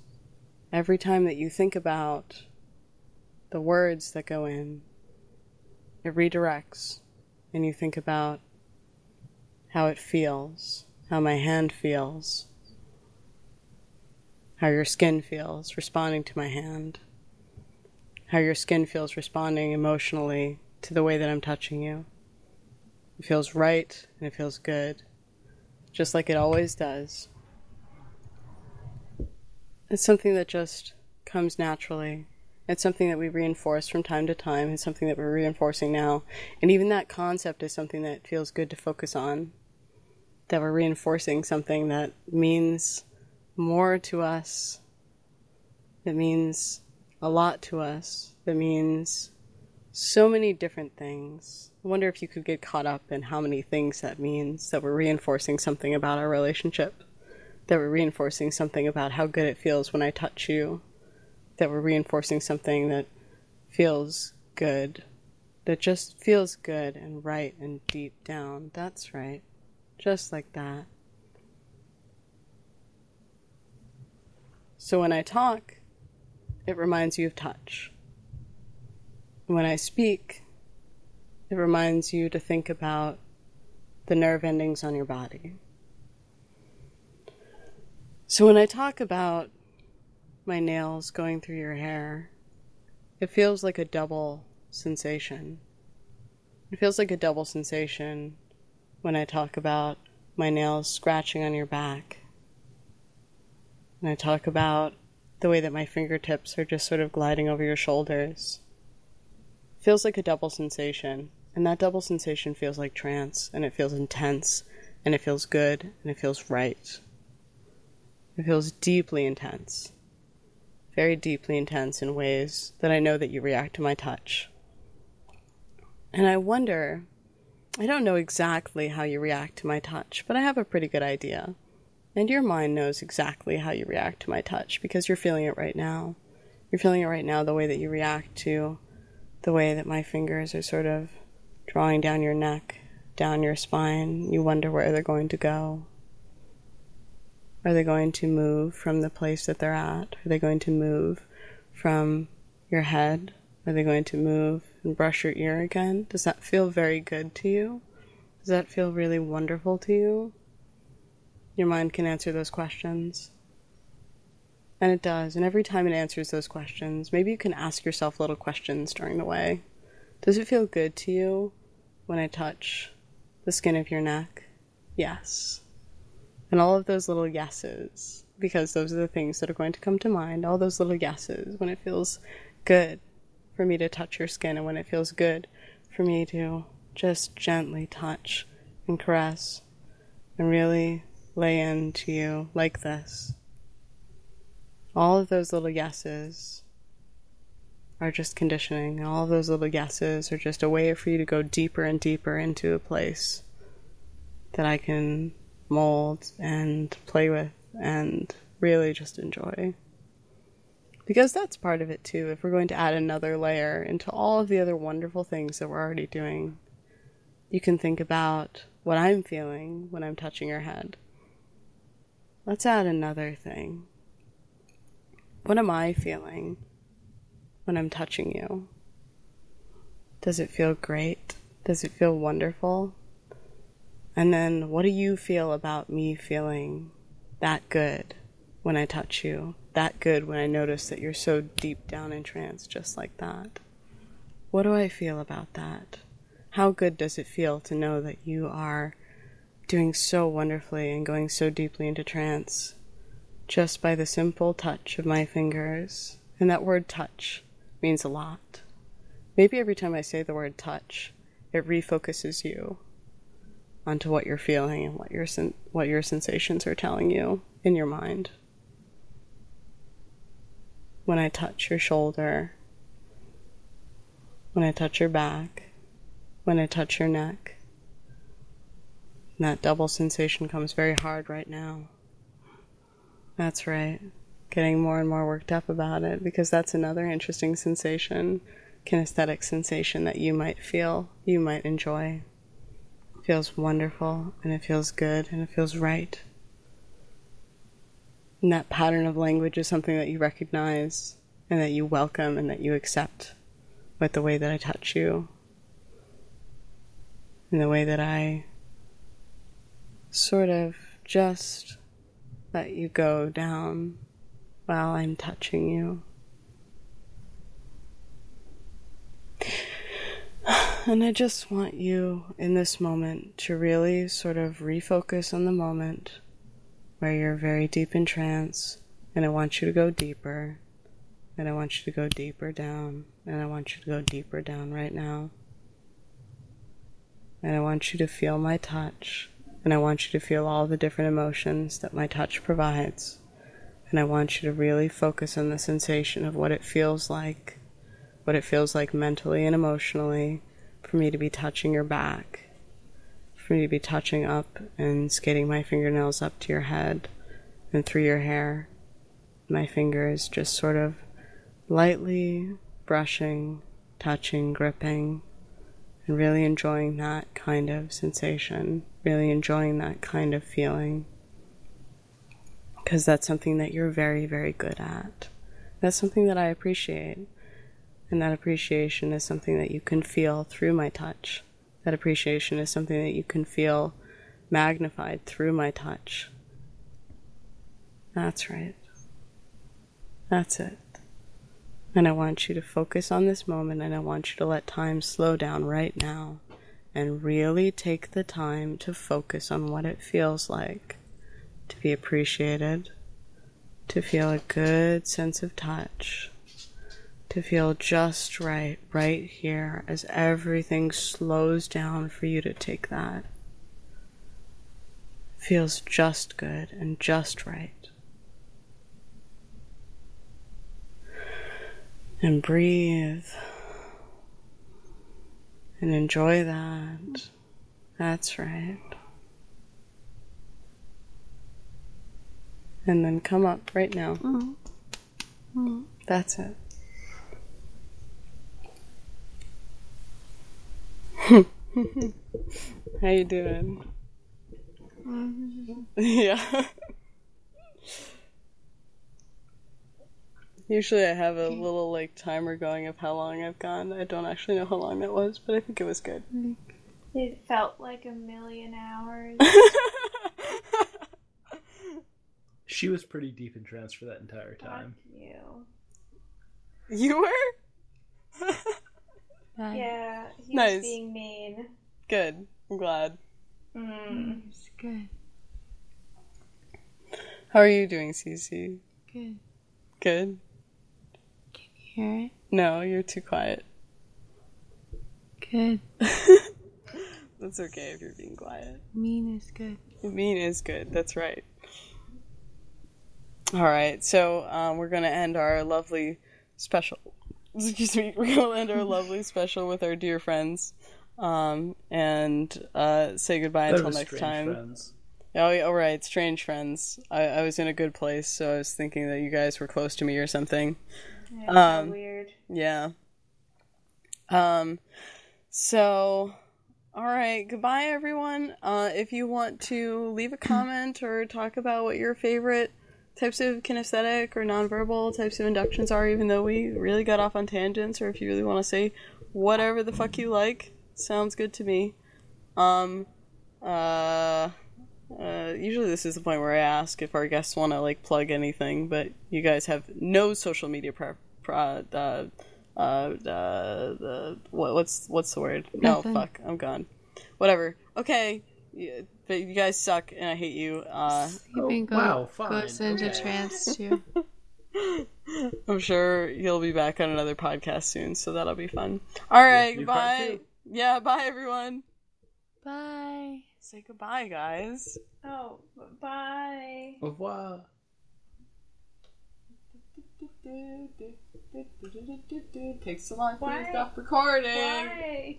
S1: every time that you think about the words that go in, it redirects, and you think about how it feels, how my hand feels, how your skin feels responding to my hand, how your skin feels responding emotionally to the way that I'm touching you. It feels right and it feels good, just like it always does. It's something that just comes naturally. It's something that we reinforce from time to time. It's something that we're reinforcing now. And even that concept is something that feels good to focus on. That we're reinforcing something that means more to us, that means a lot to us, that means so many different things. I wonder if you could get caught up in how many things that means that we're reinforcing something about our relationship, that we're reinforcing something about how good it feels when I touch you, that we're reinforcing something that feels good, that just feels good and right and deep down. That's right. Just like that. So when I talk, it reminds you of touch. When I speak, it reminds you to think about the nerve endings on your body. So when I talk about my nails going through your hair. It feels like a double sensation. It feels like a double sensation when I talk about my nails scratching on your back. And I talk about the way that my fingertips are just sort of gliding over your shoulders. It feels like a double sensation. And that double sensation feels like trance, and it feels intense, and it feels good, and it feels right. It feels deeply intense very deeply intense in ways that I know that you react to my touch. And I wonder, I don't know exactly how you react to my touch, but I have a pretty good idea. And your mind knows exactly how you react to my touch because you're feeling it right now. You're feeling it right now the way that you react to the way that my fingers are sort of drawing down your neck, down your spine. You wonder where they're going to go. Are they going to move from the place that they're at? Are they going to move from your head? Are they going to move and brush your ear again? Does that feel very good to you? Does that feel really wonderful to you? Your mind can answer those questions. And it does. And every time it answers those questions, maybe you can ask yourself little questions during the way. Does it feel good to you when I touch the skin of your neck? Yes and all of those little yeses because those are the things that are going to come to mind all those little yeses when it feels good for me to touch your skin and when it feels good for me to just gently touch and caress and really lay into you like this all of those little yeses are just conditioning all of those little yeses are just a way for you to go deeper and deeper into a place that i can mold and play with and really just enjoy. Because that's part of it too, if we're going to add another layer into all of the other wonderful things that we're already doing. You can think about what I'm feeling when I'm touching your head. Let's add another thing. What am I feeling when I'm touching you? Does it feel great? Does it feel wonderful? And then, what do you feel about me feeling that good when I touch you? That good when I notice that you're so deep down in trance, just like that? What do I feel about that? How good does it feel to know that you are doing so wonderfully and going so deeply into trance just by the simple touch of my fingers. And that word touch means a lot. Maybe every time I say the word touch, it refocuses you onto what you're feeling and what your sen- what your sensations are telling you in your mind. When I touch your shoulder, when I touch your back, when I touch your neck, and that double sensation comes very hard right now. That's right. Getting more and more worked up about it because that's another interesting sensation, kinesthetic sensation that you might feel, you might enjoy. It feels wonderful and it feels good and it feels right. And that pattern of language is something that you recognize and that you welcome and that you accept with the way that I touch you and the way that I sort of just let you go down while I'm touching you. And I just want you in this moment to really sort of refocus on the moment where you're very deep in trance, and I want you to go deeper, and I want you to go deeper down, and I want you to go deeper down right now. And I want you to feel my touch and I want you to feel all the different emotions that my touch provides. And I want you to really focus on the sensation of what it feels like, what it feels like mentally and emotionally for me to be touching your back, for me to be touching up and skating my fingernails up to your head and through your hair. My fingers just sort of lightly brushing, touching, gripping, and really enjoying that kind of sensation, really enjoying that kind of feeling. Because that's something that you're very, very good at. That's something that I appreciate. And that appreciation is something that you can feel through my touch. That appreciation is something that you can feel magnified through my touch. That's right. That's it. And I want you to focus on this moment and I want you to let time slow down right now and really take the time to focus on what it feels like to be appreciated, to feel a good sense of touch, to feel just right, right here, as everything slows down for you to take that. Feels just good and just right. and breathe and enjoy that. That's right. And then come up right now. That's it. How you doing? *laughs* yeah. Usually I have a little like timer going of how long I've gone. I don't actually know how long that was, but I think it was good.
S3: It felt like a
S2: *laughs*
S3: million hours.
S4: She was pretty deep in trance for that entire
S3: Fuck
S4: time.
S3: you.
S1: *laughs* you were?
S2: Right.
S3: Yeah, he
S1: Nice.
S3: was being mean.
S1: good. I'm glad.
S3: Mm.
S2: It's good.
S1: How are you doing, Cece?
S2: Good.
S1: Good?
S2: Hear it?
S1: No, you're too quiet.
S2: Good.
S1: That's okay if you're being quiet.
S2: Mean is good.
S1: Mean is good. That's right. All right, so um, we're gonna end our lovely special. *laughs* Excuse me. We're gonna end our lovely special with our dear friends, um, and uh, say goodbye
S4: That
S1: until
S4: was
S1: next
S4: strange
S1: time.
S4: friends.
S1: Oh, yeah, all right, strange friends. I, I was in a good place, so I was thinking that you guys were close to me or something.
S3: That's so
S1: Um,
S3: weird.
S1: Yeah. Um so all right, goodbye everyone. Uh if you want to leave a comment or talk about what your favorite types of kinesthetic or nonverbal types of inductions are even though we really got off on tangents or if you really want to say whatever the fuck you like, sounds good to me. Um uh uh, usually this is the point where I ask if our guests want to like plug anything, but you guys have no social media pre- pre- uh, uh, uh, uh, what, what's what's the word? No,
S2: Nothing.
S1: fuck, I'm gone. Whatever. Okay, yeah, But you guys suck, and I hate you. Uh,
S2: Sleeping
S4: Oh,
S2: go-
S4: wow, fine.
S2: goes into
S4: Okay. *laughs*
S2: trance too.
S1: I'm sure he'll be back on another podcast soon, so that'll be fun. All right,
S4: new part
S1: bye.
S4: two.
S1: Yeah, bye everyone.
S2: Bye.
S1: Say goodbye, guys.
S3: Oh, b- bye.
S4: Au revoir.
S1: Takes so long
S3: Why?
S1: to stop recording.
S3: Bye.